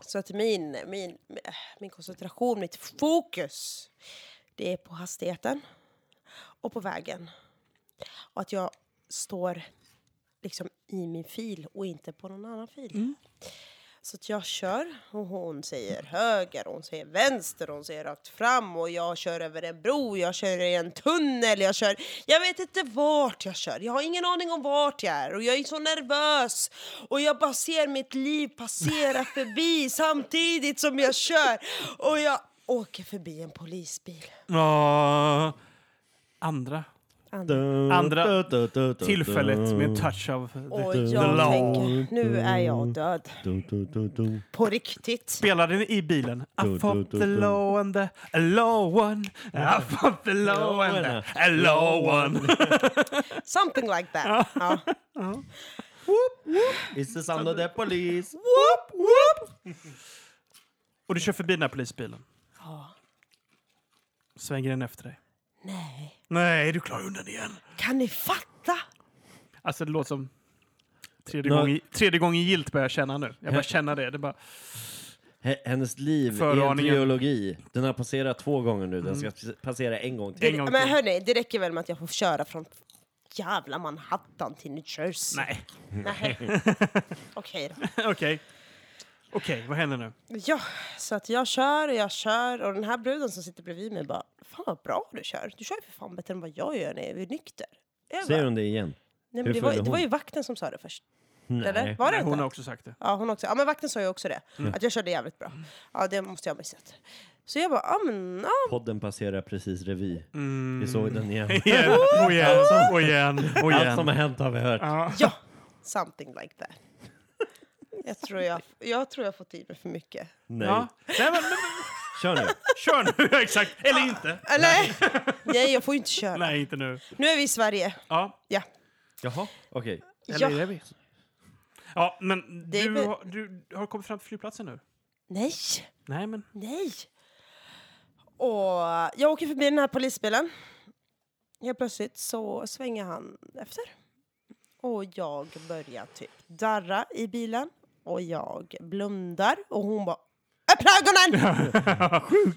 Så att min, min, äh, min koncentration, mitt fokus, det är på hastigheten och på vägen. Och att jag står liksom i min fil och inte på någon annan fil. Så att jag kör och hon säger höger, hon säger vänster, hon säger rakt fram och jag kör över en bro, jag kör i en tunnel, jag kör... Jag vet inte vart jag kör, jag har ingen aning om vart jag är och jag är så nervös och jag bara ser mitt liv passera förbi samtidigt som jag kör och jag åker förbi en polisbil.
Ja, Ah. andra. Andra tillfället med en touch av...
Och jag tänker, nu är jag död. På riktigt.
Spelade ni i bilen? I fought the low and the low one I fought the low and the low one
Something like that. Ja.
It's the sound of the police.
Och du kör förbi den här polisbilen?
Ja.
Svänger den efter dig?
Nej.
Nej, du klarar undan igen.
Kan ni fatta?
Alltså det låter som... Tredje,
Nå-
gången, tredje gången gilt börjar jag känna nu. Jag börjar känna det. det är bara,
H- Hennes liv är en
Föraningen. Mm.
trilogi. Den har passerat två gånger nu. Den ska p- passera en gång till.
en gång
Men
till.
hörni, det räcker väl med att jag får köra från jävla Manhattan till New Jersey?
Nej,
Nej. Okej då.
okej. Okej, vad händer nu?
Ja, så att jag kör och jag kör och den här bruden som sitter bredvid mig bara Fan vad bra du kör. Du kör ju för fan bättre än vad jag gör när jag är nykter. Jag bara,
Säger hon det igen?
Nej,
hur
men det,
full
var,
är
det
hon?
var ju vakten som sa det först. Eller? Mm.
Nej.
Var det
Nej,
inte?
hon har också sagt det.
Ja, hon också. Ja, men vakten sa ju också det.
Mm.
Att jag körde jävligt bra. Ja, det måste jag ha missat. Så jag bara, ja men ja,
Podden passerar precis revy.
Mm.
Vi såg den igen.
Igen, och igen, och igen, och
Allt som
igen.
har hänt har vi hört.
Ja, something like that. Jag tror jag, jag, tror jag fått i mig för mycket.
Nej.
Ja. Nej, men, men,
Kör nu.
kör nu, exakt. Eller inte.
Eller? Nej, jag får ju inte köra.
Nej, inte nu.
Nu är vi i Sverige.
Ja,
Ja.
Jaha. Okej.
ja.
är vi? Ja, men
Det är
du,
väl-
har, du har kommit fram till flygplatsen nu?
Nej,
Nej, men...
nej. Och jag åker förbi den här polisbilen. Helt plötsligt så svänger han efter. Och jag börjar typ darra i bilen. Och jag blundar. Och hon bara Öppna ögonen!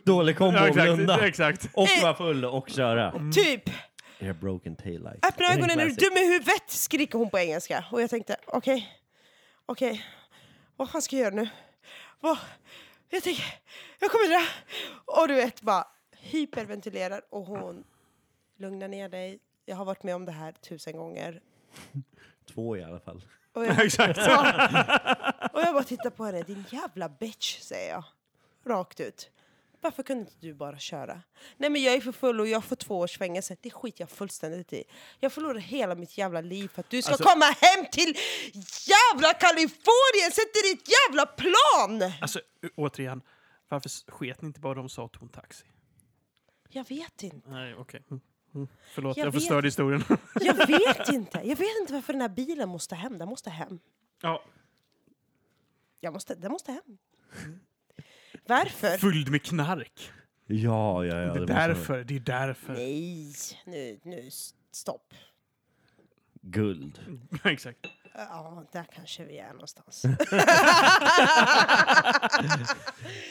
Dålig kombo att blunda.
exakt.
Och
Eh.
vara full och köra.
Typ!
You're broken tail light.
Öppna ögonen, är du dum i huvudet? skriker hon på engelska. Och jag tänkte, okej, okej, vad fan ska jag göra nu? Vad? Jag tänker, jag kommer dra. Och du vet, bara hyperventilerar och hon lugnar ner dig. Jag har varit med om det här tusen gånger.
Två i alla fall.
Och jag,
Exakt.
och jag bara tittar på henne, din jävla bitch, säger jag. Rakt ut. Varför kunde inte du bara köra? Nej men jag är för full och jag får två års fängelse. Det skiter jag fullständigt i. Jag förlorar hela mitt jävla liv för att du ska komma hem till jävla Kalifornien! Sätter ditt jävla plan!
Alltså, å- återigen. Varför s- sket ni inte bara de sa tog en taxi?
Jag vet inte.
Nej, okej. Mm. Mm. Förlåt,
Jag
jag,
vet.
förstörde historien.
Jag vet inte. Jag vet inte varför den här bilen måste hem. Den måste hem.
ja,
Jag måste, den måste hem. Varför?
fylld med knark.
Ja, ja,
det
ja.
är
måste man-
därför. Det är därför.
Nej, nu, nu, stopp.
Guld.
exakt.
Ja, där kanske vi är någonstans.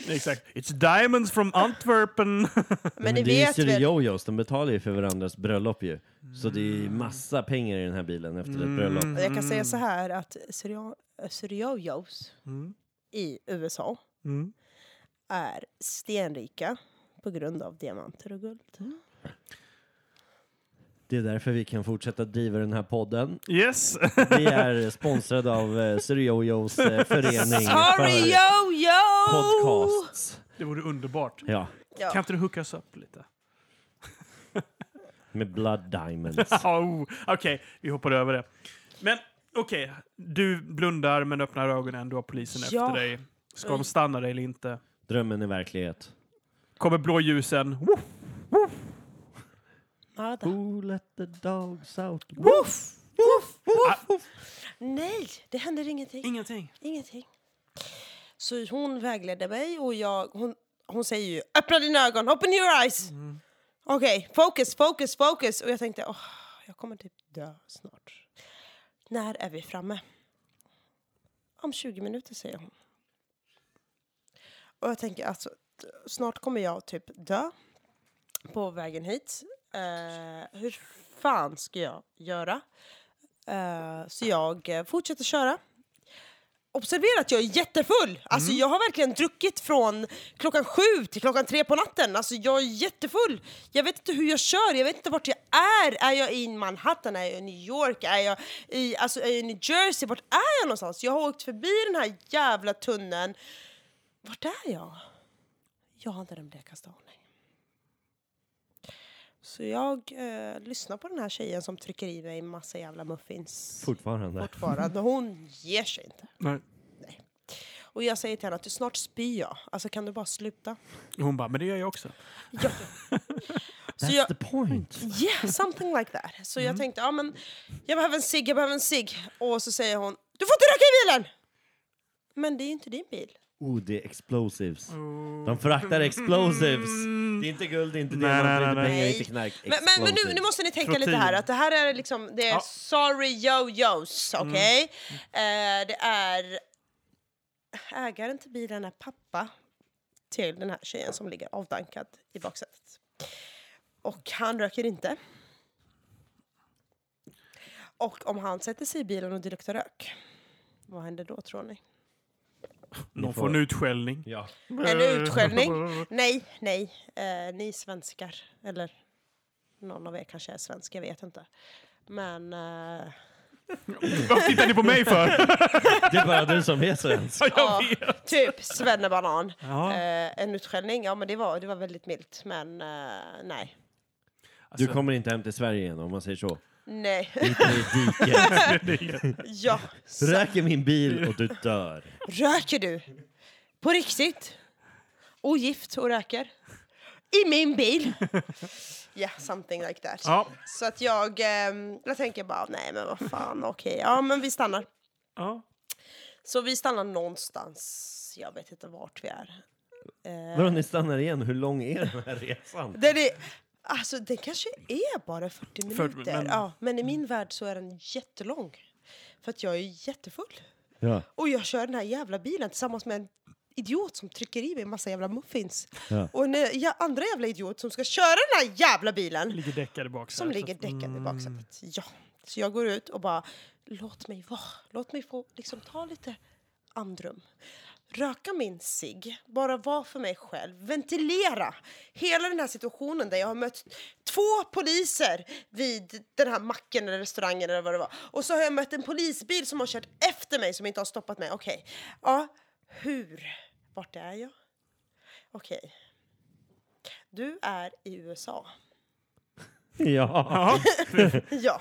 exakt. It's diamonds from Antwerpen.
Men ni
Men det är ju
vet
City
väl?
Jojos, de betalar ju för varandras bröllop ju. Så det är ju
Mm.
massa pengar i den här bilen efter ett bröllop.
Jag kan säga så här att syrio- syriojos
Mm.
i USA
Mm.
är stenrika på grund av diamanter och guld.
Det är därför vi kan fortsätta driva den här podden.
Yes.
Vi är sponsrade av eh, City Jojos eh, förening
Sorry
för
yo yo!
podcasts.
det vore underbart.
Ja,
Kan
Ja.
inte du hooka oss upp lite?
med Blood Diamonds.
Oh, okej, vi hoppar över det. Men okej, du blundar men öppnar ögonen. Du har polisen
Ja. Mm.
efter dig. Ska de stanna dig eller inte?
Drömmen är verklighet.
Kommer blåljusen. Woof!
Ja, där.
Who let the dogs out?
Woof, woof, woof, woof. Nej, det händer ingenting.
Ingenting.
Ingenting. Så hon vägledde mig och jag, hon, hon säger ju öppna dina ögon, open your eyes. Okej, focus, focus, focus. Och jag tänkte, åh, jag kommer typ dö snart. När är vi framme? Om 20 minuter säger hon. Och jag tänker alltså, t- snart kommer jag typ dö på vägen hit. Eh, hur fan ska jag göra? Eh, så jag eh, fortsätter köra. Observera att jag är jättefull! Alltså jag har verkligen druckit från klockan sju till klockan tre på natten. Alltså jag är jättefull! Jag vet inte hur jag kör, jag vet inte vart jag är. Är jag i Manhattan? Är jag i New York? Är jag i, alltså, är jag i New Jersey? Vart är jag någonstans? Jag har åkt förbi den här jävla tunneln. Vart är jag? Jag har inte den blekaste aning. Så jag eh, lyssnar på den här tjejen som trycker i mig massa jävla muffins
Fortfarande.
fortfarande. Hon ger sig inte.
Nej.
Och jag säger till henne att du snart spyr jag. Alltså kan du bara sluta?
Hon bara, men det gör jag också.
Så jag,
That's the Mm. point.
yeah, something like that. Så jag tänkte, ja men jag behöver en cigg, jag behöver en cigg. Och så säger hon, du får inte röka i bilen! Men det är ju inte din bil.
Oh, det är explosives. De fraktar explosives. Det är inte guld, det är inte diamanter, det är inte
nej,
pengar,
Mm. nej.
inte knark.
Men, men, men nu, nu måste ni tänka lite
Protein.
här att det här är liksom, det är sorry yo-yos, okej? Eh, det är... Ägaren till bilen är pappa till den här tjejen som ligger avdankad i baksätet. Och han röker inte. Och om han sätter sig i bilen och det luktar rök, vad händer då tror ni?
Någon får en utskällning.
Ja.
En utskällning? Nej, nej. Eh, ni svenskar, eller någon av er kanske är svensk, jag vet inte. Men... Eh,
Varför tittar ni på mig för?
Det är bara du som är svensk.
ja, typ svennebanan.
Ja.
Eh, en utskällning, ja men det var, det var väldigt milt, men eh, nej.
Du kommer inte hem till Sverige igen om man säger så.
Nej,
Hit ner i diket.
ja. Så,
Rök i min bil och du dör.
röker du? På riktigt? Ogift och röker? I min bil? Ja, yeah, something like that.
Ja.
Så att jag, ehm, jag tänker bara, nej men vad fan, okej, ja men vi stannar.
Ja.
Så vi stannar någonstans, jag vet inte vart vi är.
Vadå, ni stannar igen? Hur lång är den här resan?
Den är, alltså den kanske är bara 40 minuter.
40, men-
Ja, men i min värld så är den jättelång. För att jag är jättefull.
Ja.
Och jag kör den här jävla bilen tillsammans med en idiot som trycker i mig en massa jävla muffins.
Ja.
Och en eh, ja, andra jävla idiot som ska köra den här jävla bilen.
Ligger däckade bak. så
Som
här, så
ligger
att-
däckad i baksätet. Ja. Så jag går ut och bara, låt mig vara. Låt mig få liksom, ta lite andrum. Röka min cigg, bara vara för mig själv, ventilera hela den här situationen där jag har mött två poliser vid den här macken eller restaurangen eller vad det var. Och så har jag mött en polisbil som har kört efter mig som inte har stoppat mig. Okej, ja, hur? Vart är jag? Okej. Du är i USA.
ja.
Ja,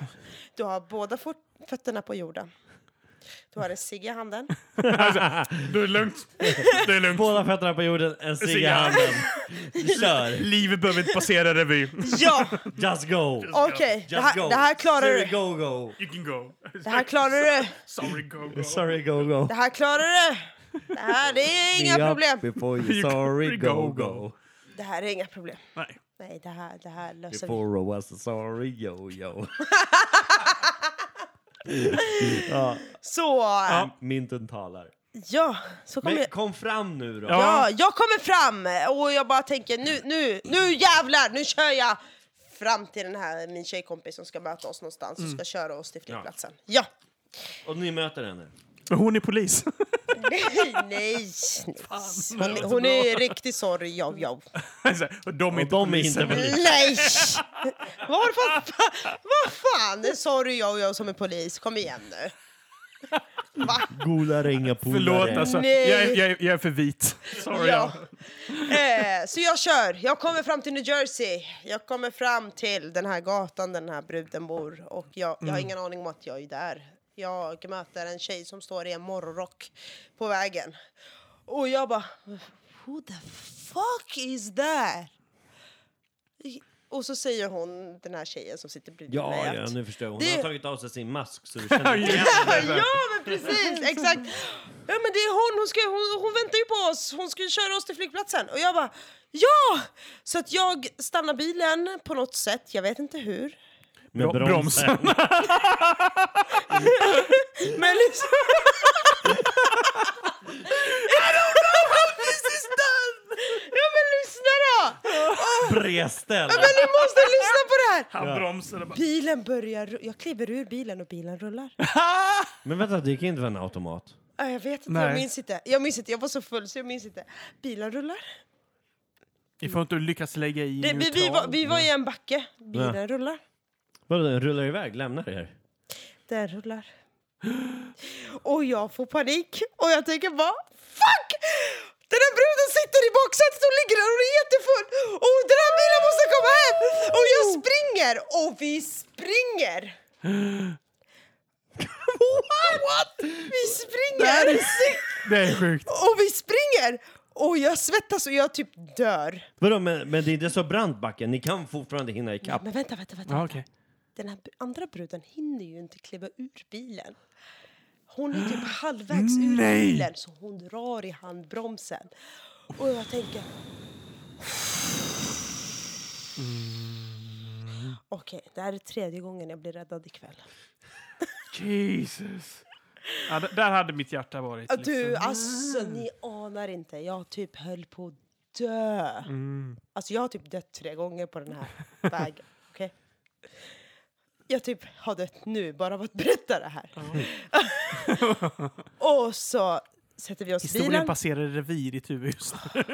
du har båda fot- fötterna på jorden. Du har en cigg i handen.
Det är lugnt. Det är lugnt.
Båda fötterna på jorden, en cigg i handen. Kör!
Livet behöver inte passera revy.
Ja,
Just go!
okej. Det,
Just go!
här, det här klarar
Sorry,
du.
go, go!
You can go.
Det här klarar du.
Sorry, go, go.
Sorry, go, go!
Det här klarar du. Det här det är inga problem.
Before you sorry, go, go!
Det här är inga problem.
Nej.
Nej, det här, det här löser vi.
Before I was a sorry, yo, yo! ja,
Så, ja,
mynten talar.
så kommer
Men
jag.
kom fram nu då!
Ja, jag kommer fram och jag bara tänker nu, nu, nu jävlar, nu kör jag fram till den här min tjejkompis som ska möta oss någonstans och ska köra oss till flygplatsen. Mm. Ja.
Och ni möter henne.
Men hon är polis.
Nej, nej. Hon, hon är riktigt sorry, jag, jag.
Så här, och de är
Och
inte
de är
poliser.
inte poliser.
Nej! Vad fan, vad fan är sorry, jag, jag som är polis? Kom igen nu.
Goda ringa polare.
Förlåt, alltså.
Nej.
Jag är, jag, är, jag är för vit. Sorry.
Ja. Eh, så jag kör. Jag kommer fram till New Jersey. Jag kommer fram till den här gatan där den här bruden bor. Och jag,
Mm.
jag har ingen aning om att jag är där. Jag möter en tjej som står i en morgonrock på vägen. Och jag bara... Who the fuck is that? Och så säger hon, den här tjejen som sitter bredvid mig,
Ja,
att-
ja, nu förstår jag. Hon
Det-
har tagit av sig sin mask så du känner igen
ja, men precis! Exakt. Ja, men det är hon, hon, ska, hon, hon väntar ju på oss. Hon ska ju köra oss till flygplatsen. Och jag bara, ja! Så att jag stannar bilen på något sätt, jag vet inte hur.
Med
Bro- bromsen.
Men liksom... I don't know how this is done! Ja men lyssna då!
Bredställ.
Men ni måste lyssna på det bromsar!
Handbromsen och bara...
Bilen börjar... ru- Jag kliver ur bilen och bilen rullar.
Men vänta, det kan inte vara en automat.
Ja, Jag vet inte,
Nej.
jag minns inte. Jag minns inte, jag var så full så jag minns inte. Bilen rullar.
Vi får inte lyckas lägga i
Det, vi, vi, var, vi var i en backe. Bilen
Ja.
rullar.
Vadå, den rullar iväg, lämnar er?
Den rullar. Och jag får panik och jag tänker bara fuck! Den där bruden sitter i baksätet och ligger där och är jättefull och den här bilen måste komma hem! Och jag springer och vi springer! What? Vi springer!
Det är sjukt.
Och vi springer! Och jag svettas och jag typ dör.
Vadå, men, men det är inte så brant backen, ni kan fortfarande hinna ikapp.
Men vänta, vänta, vänta.
Ja, okej.
Den här andra bruden hinner ju inte kliva ur bilen. Hon är typ halvvägs ur
Nej!
bilen så hon drar i handbromsen. Och jag tänker... Okej, det här är tredje gången jag blir räddad ikväll.
Jesus. Ja, d- där hade mitt hjärta varit.
Ja, Du,
liksom.
alltså ni anar inte. Jag typ höll på att dö.
Mm.
Alltså jag har typ dött tre gånger på den här vägen. Okej? Jag typ har dött nu bara av att berätta det här. och så sätter vi oss i
Historien
bilen.
passerar revir i ditt huvud just nu.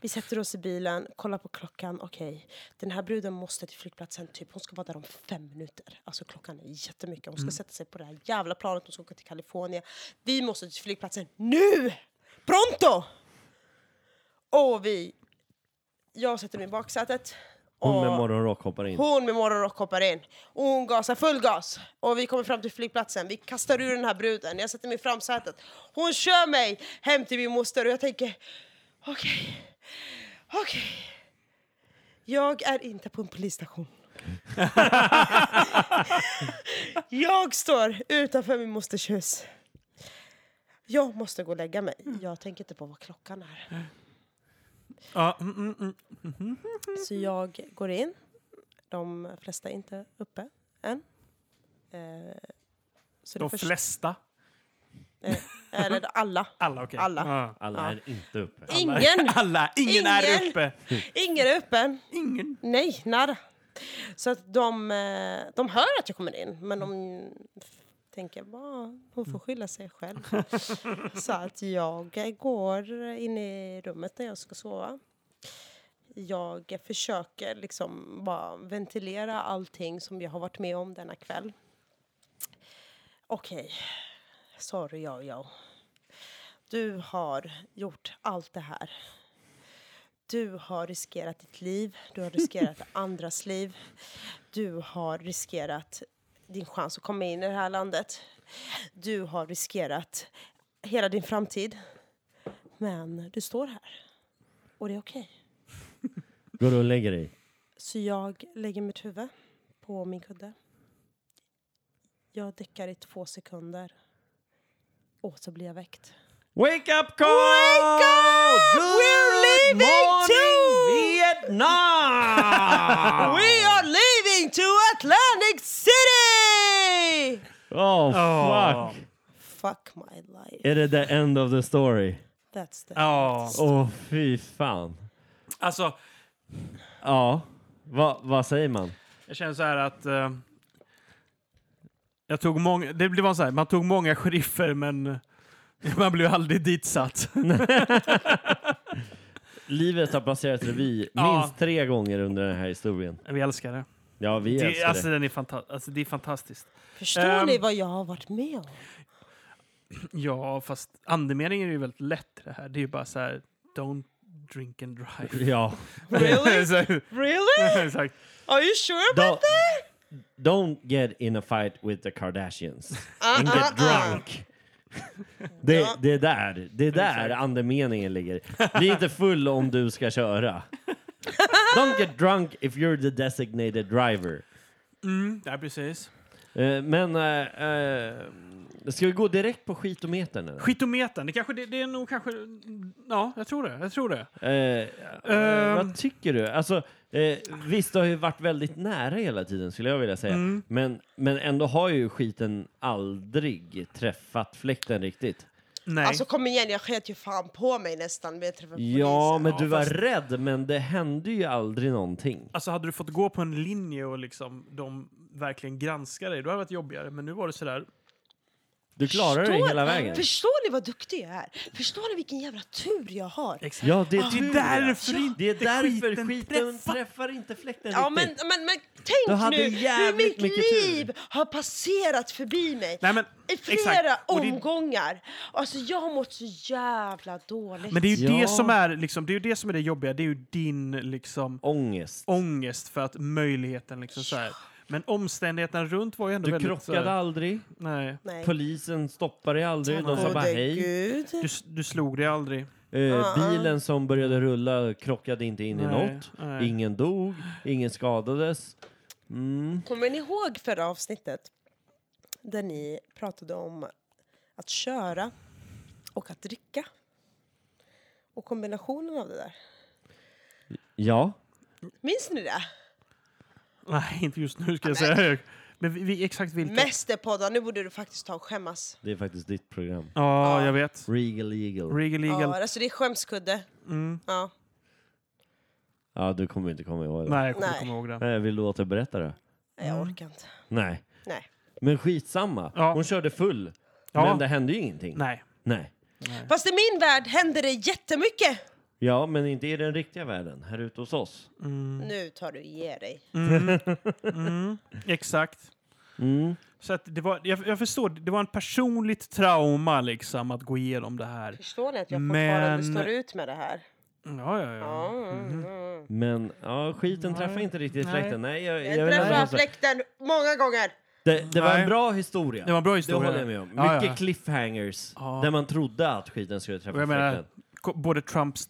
Vi sätter oss i bilen, kollar på klockan. Okej, den här bruden måste till flygplatsen. Typ, hon ska vara där om fem minuter. Alltså klockan är jättemycket. Hon ska sätta sig på det här jävla planet. Hon ska åka till Kalifornien. Vi måste till flygplatsen nu! Pronto! Och vi... Jag sätter mig i baksätet.
Hon med
och-
morgonrock hoppar in.
hon med morgonrock hoppar in. Och hon gasar full gas. Och vi kommer fram till flygplatsen. Vi kastar ur den här bruden. Jag sätter mig i framsätet. Hon kör mig hem till min moster och jag tänker okej, okej. Jag är inte på en polisstation. jag står utanför min mosters hus. Jag måste gå och lägga mig. Jag tänker inte på vad klockan är.
Ja, mm, mm, mm.
Så jag går in. De flesta är inte uppe än. Eh, så
De
det först-
flesta.
Eller alla.
Alla, okej.
Alla.
Ja.
Alla är inte uppe.
Ingen!
Alla. Ingen, är
Ingen.
uppe.
Ingen är uppe än.
Ingen.
Nej, nada. Så att de, eh, de hör att jag kommer in, men de f- tänker "Va, hon får skylla sig själv. Så att jag går in i rummet där jag ska sova. Jag försöker liksom bara ventilera allting som jag har varit med om denna kväll. Okej, sorry Jojo. Du har gjort allt det här. Du har riskerat ditt liv, du har riskerat andras liv. Du har riskerat din chans att komma in i det här landet. Du har riskerat hela din framtid. Men du står här. Och det är okej.
Går du och lägger dig?
Så jag lägger mitt huvud på min kudde. Jag däckar i två sekunder. Och så blir jag väckt.
Wake up call! Wake up!
We're leaving too!
Vietnam!
We are leaving to Atlantic City!
oh,
Ja.
fuck.
Fuck my life.
Är det the end of the story?
That's the...
Ja.
Åh, oh, fy fan.
Alltså,
Ja, Va- vad säger man?
jag känner så här att... eh, jag tog många... Det blev så här, man tog många sheriffer, men man blev aldrig ditsatt.
Livet har passerat revy minst
Ja.
tre gånger under den här historien.
Vi älskar det.
Ja, vi
Det,
älskar
alltså,
det.
den är fanta- alltså, det är fantastiskt.
Förstår
Ehm.
ni vad jag har varit med om?
Ja, fast andemeningen är ju väldigt lätt det här. Det är ju bara så här, don't drink and drive.
Ja.
Really?
Exakt.
really?
Exakt.
Are you sure
Don't,
about that?
don't get in a fight with the Kardashians.
Uh,
And get drunk. Det,
Ja.
det är där, det är där andemeningen ligger. Bli inte full om du ska köra. Don't get drunk if you're the designated driver.
Mm, ja, precis.
Eh, men eh, eh, ska vi gå direkt på skitometern? eller?
Skitometern, det, kanske, det, det är nog kanske... Ja, jag tror det. Jag tror det.
Eh, eh, vad tycker du? Alltså, eh, visst, det har ju varit väldigt nära hela tiden skulle jag vilja säga. Men, men ändå har ju skiten aldrig träffat fläkten riktigt.
Nej.
Alltså kom igen, jag sket ju fan på mig nästan när jag träffade
Ja,
polisen.
men du var
fast-
rädd, men det hände ju aldrig någonting.
Alltså hade du fått gå på en linje och liksom de verkligen granskar dig, då hade det varit jobbigare. Men nu var det sådär,
Du klarade det
Förstår-
hela vägen.
Förstår ni vad duktig jag är? Förstår ni vilken jävla tur jag har?
exakt.
Ja, det är,
Det
tur,
är därför inte
det är därför
skiten
skiten,
träffar.
träffar. inte fläkten
Ja, men,
riktigt.
men, men
Du
tänk
hade
nu hur
jävligt
mitt
mycket tur.
liv har passerat förbi mig.
Nej, men,
I flera
exakt. Och det-
omgångar. Alltså jag har mått så jävla dåligt.
Men det är ju
Ja.
det som är liksom, det är ju det som är det jobbiga. Det är ju din liksom
Ångest.
ångest för att möjligheten liksom så här. Men omständigheterna runt var ju ändå
Du
väldigt... så här-
krockade aldrig,
Nej.
Nej.
polisen stoppade dig aldrig, de sa
Åh,
bara
det
hej.
Gud.
Du, s- du slog dig aldrig.
Eh, bilen som började rulla krockade inte in i
Nej,
något.
nej.
Ingen dog, ingen skadades. Mm.
Kommer ni ihåg förra avsnittet? Där ni pratade om att köra och att dricka. Och kombinationen av det där.
Ja,
Minns ni det?
Nej, inte just nu ska jag säga. Men vi, vi, exakt vilka?
Mästerpodden, nu borde du faktiskt ta och skämmas.
det är faktiskt ditt program.
Ja, jag vet.
Regal Eagle.
Regal Eagle.
Ja, alltså det är skämskudde. Ja.
Ja, du kommer inte komma ihåg det.
Nej, jag kommer
Nej.
komma ihåg det.
Nej, vill du återberätta det?
Nej, jag orkar inte.
Nej.
Nej.
Men skitsamma,
Ja.
hon körde full.
Ja.
Men det hände ju ingenting.
Nej.
Nej.
Fast i min värld händer det jättemycket.
Ja, men inte i den riktiga världen, här ute hos oss.
Mm.
Nu tar du ge dig.
Exakt.
Mm.
Så att det var, jag, jag förstår, det var en personligt trauma liksom att gå igenom det här.
Förstår ni att jag
Men-
fortfarande står ut med det här?
Mm,
mm,
Ja, ja, ja.
Men ja, skiten träffar inte riktigt
Nej.
fläkten. Nej, jag, jag
Jag
vill
träffar
ändå säga-
fläkten många gånger.
det, det var
Nej.
en bra historia.
Det var en bra historia.
Det håller jag med om.
Ja,
Mycket
ja.
cliffhangers där man trodde att skiten skulle
Och
träffa
jag menar,
fläkten.
ko- både Trumps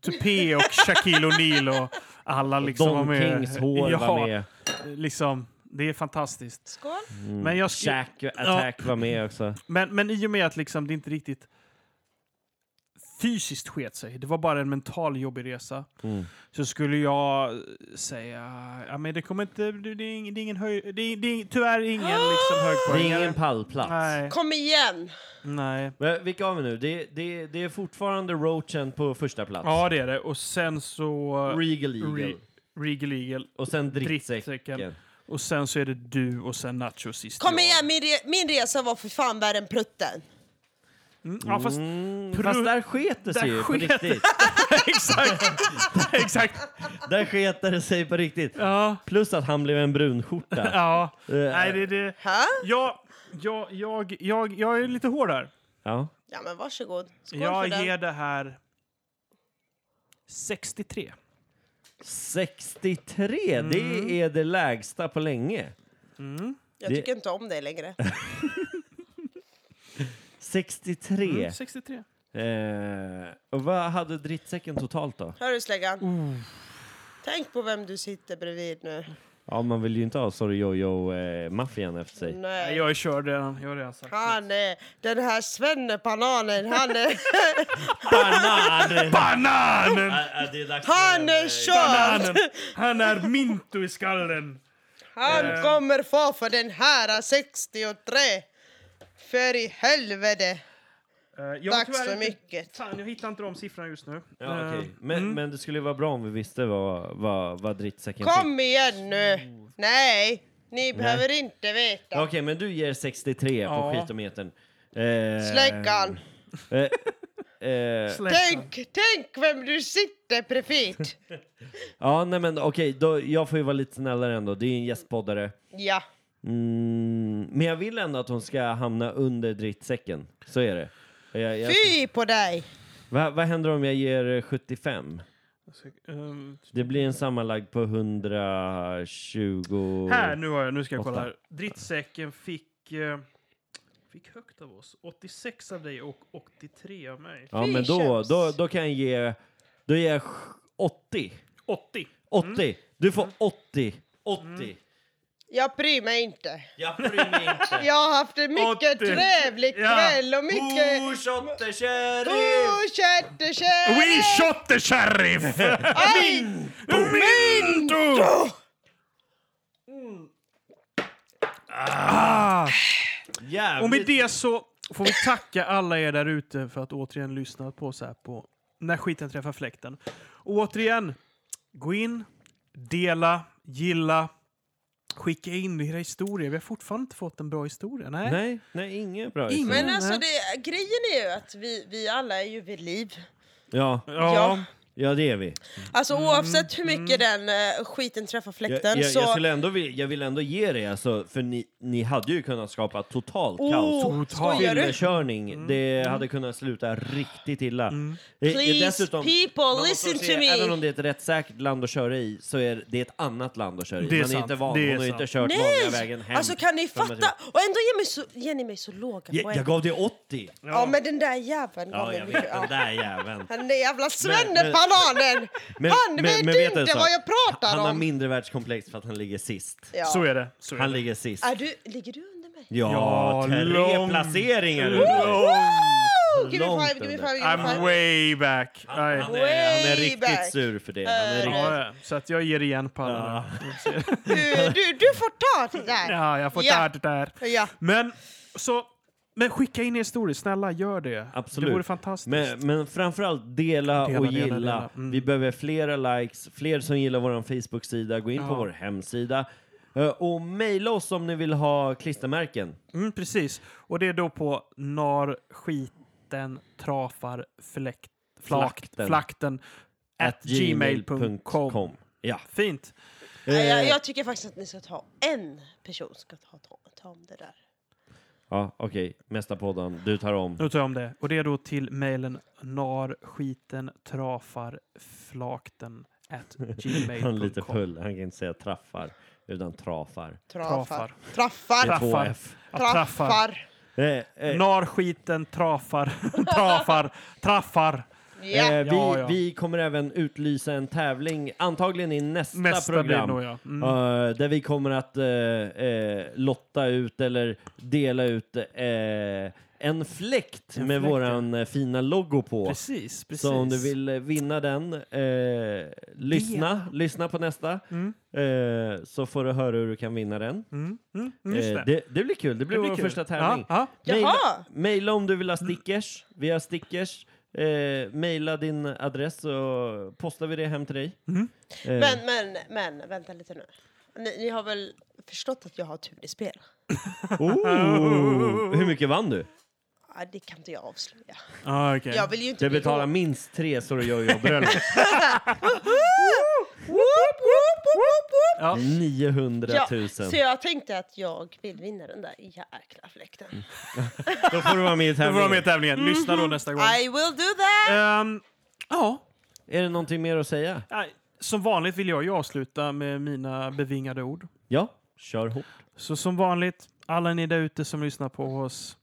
tupé och Shaquille O'Neal och alla liksom var
Don
med.
Kings hår
ja,
var med.
Liksom, det är fantastiskt.
Skål.
Mm.
Men, jag sk-
Shack Attack var med också.
men, men i och med att liksom, det inte riktigt fysiskt sket sig, det var bara en mental jobbig resa,
Mm.
så skulle jag säga ja, men det kommer inte, det, det är ing- det är ingen höj, det är, det är tyvärr ingen liksom,
Det är
högpoängare.
ingen pallplats.
Nej,
Kom igen!
nej.
Men vilka har vi nu? Det, det, det är fortfarande Roachen på första plats.
Ja, det är det. Och sen så...
Regal Eagle.
Re- Regal Eagle.
och sen
Drittsäcken.
Drittsäcken.
Och sen så är det du och sen Nacho sist.
Kom
jag.
igen, min, re- min resa var för fan värre än prutten.
Mm, ja, fast...
Fast där sket det sig
Där
ju på
sket det-
riktigt.
exakt! exakt!
Där sket det sig på riktigt.
Ja.
Plus att han blev en brunskjorta.
ja.
Eh,
Nej, det... det.
Ha?
Ja, ja, jag, jag, jag är lite hård här.
ja.
Ja men varsågod. Skål
Jag
för den.
ger det här... 63.
Mm, 63,
Mm.
det är det lägsta på länge.
Jag
det-
tycker inte om dig längre.
Mm,
63.
63.
Eh, och vad hade drittsäcken totalt då?
Hör du släggan? Tänk på vem du sitter bredvid nu.
Ja, man vill ju inte ha Sorry Jojo-maffian efter sig.
Nej,
Nej.
jag är körd redan. Jag har redan sagt
Han är den här svennebananen, han är,
Banan!
Bananen!
han är körd!
Bananen! Mm. Han är minto i skallen.
Han kommer få för den här 63! För i helvete!
Eh, jag har
Tack
tyvärr
så
inte-
mycket.
Fan, jag hittar inte de siffrorna just nu.
Ja,
Eh,
okej. men, men det skulle ju vara bra om vi visste vad, vad, vad drittsäcken fick.
Kom igen nu! Nej, ni behöver inte veta.
Okej, men du ger 63 på
Ja.
skitometern. Eh,
Släggan!
Eh, eh,
Tänk, tänk vem du sitter bredvid!
ja, nej men okej, då, jag får ju vara lite snällare ändå. Det är en gästpoddare.
Ja.
Mm, men jag vill ändå att hon ska hamna under drittsäcken. Så är det. Jag, jag,
Fy på dig!
Va, vad händer om jag ger eh, 75?
Ehm,
Det blir en sammanlagd på 120...
här, nu har jag. Nu ska jag kolla
Åtta.
här. Drittsäcken fick... eh, fick högt av oss. 86 av dig och 83 av mig.
Ja, men då,
Friköps.
då, då kan jag ge... Då ger jag sj- 80.
80.
80. Du får 80. 80.
Jag bryr mig inte.
Jag bryr mig inte.
Jag har haft en mycket
Åttio.
trevlig
Ja.
kväll och mycket...
Horsotte sheriff!
Oh, kätte, kätte!
We shot the sheriff!
Aj!
Jävligt.
Och med det så får vi tacka alla er där ute för att återigen lyssna på oss här på När skiten träffar fläkten. Och återigen, gå in, dela, gilla, skicka in era historier. Vi har fortfarande inte fått en bra historia. Nej.
Nej, nej, ingen bra
Ingen.
historia.
Men
Mm.
alltså det, grejen är ju att vi, vi alla är ju vid liv.
Ja,
Ja.
ja, det är vi.
Alltså
Mm,
oavsett hur mycket den eh, skiten träffar
Jag,
fläkten
jag,
så...
jag, skulle ändå, vilja- jag vill ändå ge dig, alltså, för ni, ni hade ju kunnat skapa totalt kaos.
oh, skojar du? Mm.
Fyllekörning, det hade kunnat sluta riktigt illa. Eh, eh,
Please people,
man måste
listen
se,
to me.
Även om det är ett rätt säkert land att köra i så är det ett annat land att köra i.
Det är
man är
sant,
inte van,
det är
hon har ju
sant.
inte kört
Nej!
långa vägen hem.
Alltså kan ni
Fram och
fatta?
tillbaka.
Och ändå ger, mig så, ger ni mig så låga
Jag,
poäng.
jag gav dig 80!
Ja men den där jäveln gav
Ja,
mig
jag
mycket.
vet,
Ja.
den där jäveln.
Han är jävla
Men- men-
svennebananen!
Men-
Han
men-
vet
men vet du en
inte
sak?
vad jag pratar
Han har
om!
mindre världskomplex för att han ligger sist.
ja.
Så är det. Så är
Han
det.
ligger sist.
Är du, ligger du under mig?
Ja,
Ja,
tre
lång-
placeringar!
Lång-
Oh, give me
långt
five, give me
under.
five, give me
I'm
five.
way back.
Han, han, är,
Nej.
han är
Way back.
riktigt sur för det. Han är riktigt...
Ja, ja. Så att jag ger igen på alla.
Ja.
Du, du, du får ta det där.
Ja, jag får
Ja.
ta det där.
Ja.
Men, så, men skicka in er historia, snälla gör det.
Absolut.
Det vore fantastiskt.
Men, men framförallt dela,
Dela,
och
dela,
gilla.
dela. Mm.
Vi behöver flera likes, fler som gillar vår Facebook-sida. Gå in på
Ja.
vår hemsida. Eh, Och mejla oss om ni vill ha klistermärken.
Mm, precis. Och det är då på när skiten trafar fläkt, flakten,
Flakten.
flakten at gmail.com.
Ja.
Fint.
Nej,
Eh.
Jag, jag tycker faktiskt att ni ska ta en person ska ta, ta, ta om det där.
ja Okej, nästa podden. Du tar om.
Nu tar jag om det. Och det är då till mejlen när skiten trafar flakten at
Han är lite
gmail.com.
full. Han kan inte säga traffar, utan trafar.
Trafar.
Det är
Traffar.
två
Traffar.
F.
Ja, traffar.
Traffar.
Eh, eh,
När skiten trafar, trafar, traffar.
Ja.
Eh, vi,
Ja, ja.
vi kommer även utlysa en tävling, antagligen i nästa,
Nästa blir
program.
nog, ja. Mm.
Eh, där vi kommer att eh, eh, lotta ut eller dela ut eh, en fläkt
En
med
fläkt,
våran eh, fina logo på.
Precis, precis.
Så om du vill eh, vinna den, eh, lyssna, lyssna på nästa. Eh, så får du höra hur du kan vinna den.
Mm, mm, just
Eh,
det.
det, det blir kul, det blir
Det
vår
kul.
första tävling.
Ja, ja.
Jaha.
Maila- Maila om du vill ha stickers. Vi har stickers. Eh, maila din adress så postar vi det hem till dig. Eh,
Men, men, men vänta lite nu. Ni, ni har väl förstått att jag har tur i spel?
oh, hur mycket vann du?
Ja, det kan inte jag avslöja.
Ah, okej.
Jag vill ju inte
Du
bli
betalar
då-
minst tre så du gör ju bröllop.
Woop, woop, woop, woop.
Ja.
900 000.
Ja, så jag tänkte att jag vill vinna den där jäkla fläkten.
Mm,
Då får du vara med i
Då får de med i
tävlingen.
tävlingen. Lyssna då nästa gång.
Mm-hmm. I will do that!
Ehm, ja,
Är det någonting mer att säga?
nej, som vanligt vill jag ju avsluta med mina bevingade ord.
Ja, kör hårt.
Så som vanligt, alla ni där ute som lyssnar på oss,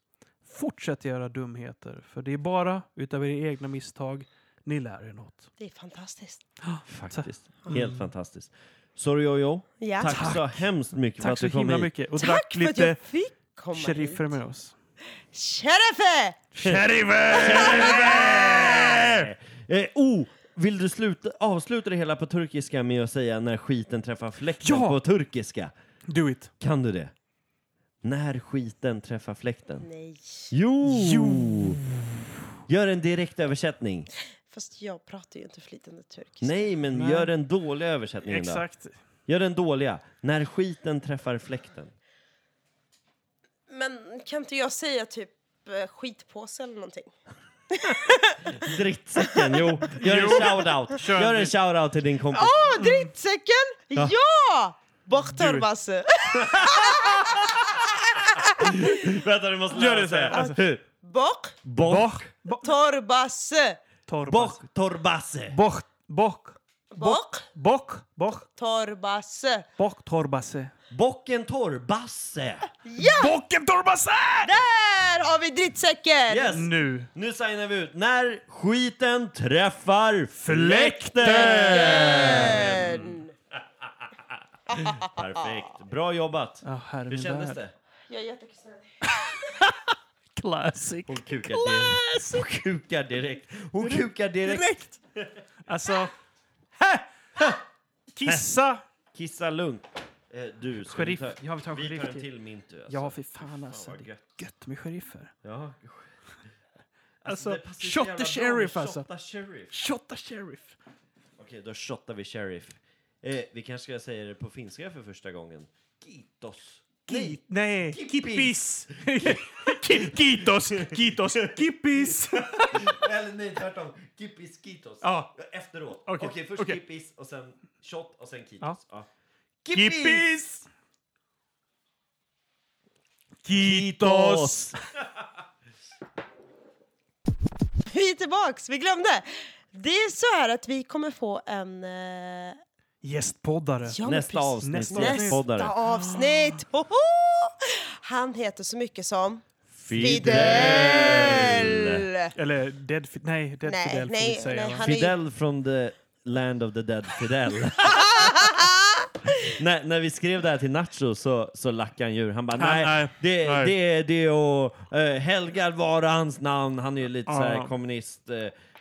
fortsätt göra dumheter. För det är bara utav era egna misstag ni lär er något.
Det är fantastiskt.
Faktiskt. Helt fantastiskt. Sorry Jojo,
Mm. Ja.
tack, så hemskt mycket för
Tack
att
så
du kom
himla
hit.
mycket. Och
Tack
drack
för att
lite
jag fick komma
sheriffer
hit.
med oss.
Sheriffer!
Eh, oh, vill du sluta, avsluta det hela på turkiska med att säga när skiten träffar fläkten
Ja!
på turkiska?
Do it.
Kan du det? När skiten träffar fläkten?
Nej,
Jo! Gör en direktöversättning.
fast jag pratar ju inte flytande turkiska.
Nej, men
Nej.
gör en dålig översättning då.
Exakt.
Gör den dåliga. När skiten träffar fläkten.
Men kan inte jag säga typ eh, skitpåse eller någonting?
Drittsäcken, jo. Gör en shoutout.
Kör Ah!
Gör en
en
shoutout till din kompis.
Åh, oh, drittsäcken! Ja! Bortar
Du-
Basse!
Vänta, du måste
Gör det så här. Alltså.
Hur?
Bort
Bok,
tar Basse!
Torpas.
bok, torbase.
Bock. Bock.
Bort
Bock. Bock.
tar Basse!
Bock torbasse.
Bocken torbasse.
Bocken torbasse!
Där har vi drittsäcken!
Yes.
Nu.
Nu signar vi ut. När skiten träffar fläkten.
Fläkten!
Perfekt. Bra jobbat.
Ja, herre
Hur
min
kändes
värld.
det?
Jag är jättekissnödig.
Classic.
Hon kukar direkt. Hon kukar direkt. Hon kukar direkt.
Direkt! Alltså... Hä! Hä! Kissa!
Kissa lugnt. Eh, du, ska
Sheriff.
Vi, ta,
Ja, vi tar en
vi
sheriff
tar en
till.
till mint. du, Alltså.
Ja, för fan alltså.
vad
Det är
gött.
gött med sheriffer.
Ja.
Alltså,
det passar ju så
shot
jävla
the
bra med
sheriff, alltså.
Shotta sheriff.
Shotta sheriff!
Okej, då shottar vi sheriff. Eh, vi kanske ska säga det på finska för första gången. Gitos. Nej,
Nej,
Kippis.
kippis! Ki- Kitos! Kitos! Kippis!
Eller nej, tvärtom. Kippis, kitos.
Ja.
Efteråt. Okej,
Okej,
först
okej.
kippis och sen shot och sen kitos.
Ja.
Ja.
Kippis! Kitos!
Vi är tillbaks, vi glömde. Det är så här att vi kommer få en... eh,
Gästpoddare.
ja, men
Nästa
precis.
avsnitt.
Nästa
Nästa
Poddare.
avsnitt! Hoho! Han heter så mycket som... Fidel!
Eller Dead Fi- Nej, Dead
Nej,
Fidel får vi
nej,
inte säga.
nej,
va?
Han är ju-
Fidel från the land of the dead Fidel. när, när vi skrev det här till Nacho så, så lackade han djur. Han bara nej,
nej,
det,
nej."
det, det och uh, Helgar vara hans namn. Han är ju lite
Ja.
så här kommunist,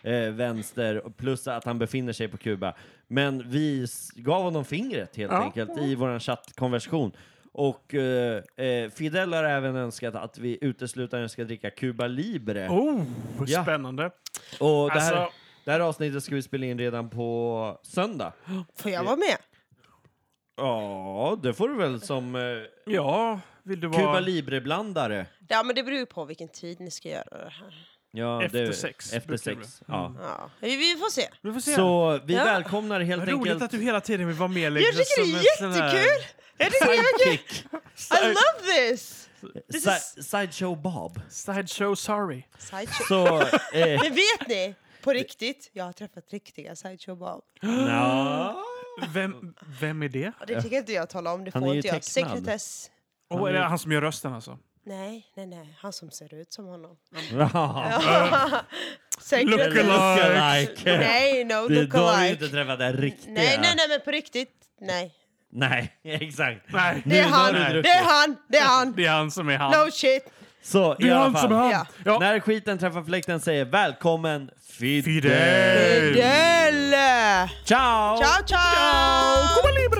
eh, eh, vänster och plus att han befinner sig på Kuba. Men vi s- gav honom fingret helt
Ja.
enkelt i vår chattkonversation. Och eh, eh, Fidel har även önskat att vi uteslutande ska dricka Cuba Libre.
Oh,
Ja.
spännande.
Och det, här,
Alltså-
det här avsnittet ska vi spela in redan på söndag.
Får jag vara med?
Ja, det får du väl som eh,
Ja, vill du
Cuba
vara...
Libre-blandare.
Ja, men det beror ju på vilken tid ni ska göra det här.
Ja,
Efter
det-
sex
Efter
brukar Mm.
sex, ja.
Ja. Vi, vi får se.
Du får se.
Så vi
Ja.
välkomnar helt
Vad roligt att
enkelt...
du hela tiden vill vara med.
Jag
liksom,
tycker det är
som en sån här-
jättekul! Jag tycker det är kul.
Kick.
I love this! This is-
Si- Sideshow Bob.
Sideshow sorry.
Sideshow.
Så... Eh,
Men vet ni? På riktigt, jag har träffat riktiga Sideshow Bob.
nja.
Vem, vem är det?
Och det tänker inte jag tala om, det
Han
får
är ju
inte jag.
tecknad.
Sekretess.
Oh, är det han som gör rösten alltså?
Nej, nej, nej. Han som ser ut som honom.
Ja.
Sekretess.
Lookalike.
Nej, no
Du,
look
då har du inte
alike.
träffat den riktiga.
Nej, nej, nej, men på riktigt. Nej.
Nej, exakt.
Nej,
Det är
Nu har
han,
du druckit.
det är han, det är han.
det är han som är han.
No shit.
Så i alla fall.
Ja.
Ja.
När skiten träffar fläkten säger välkommen Fidel!
Fidel!
Fidel!
Ciao!
Ciao, ciao!
Cuba Libre!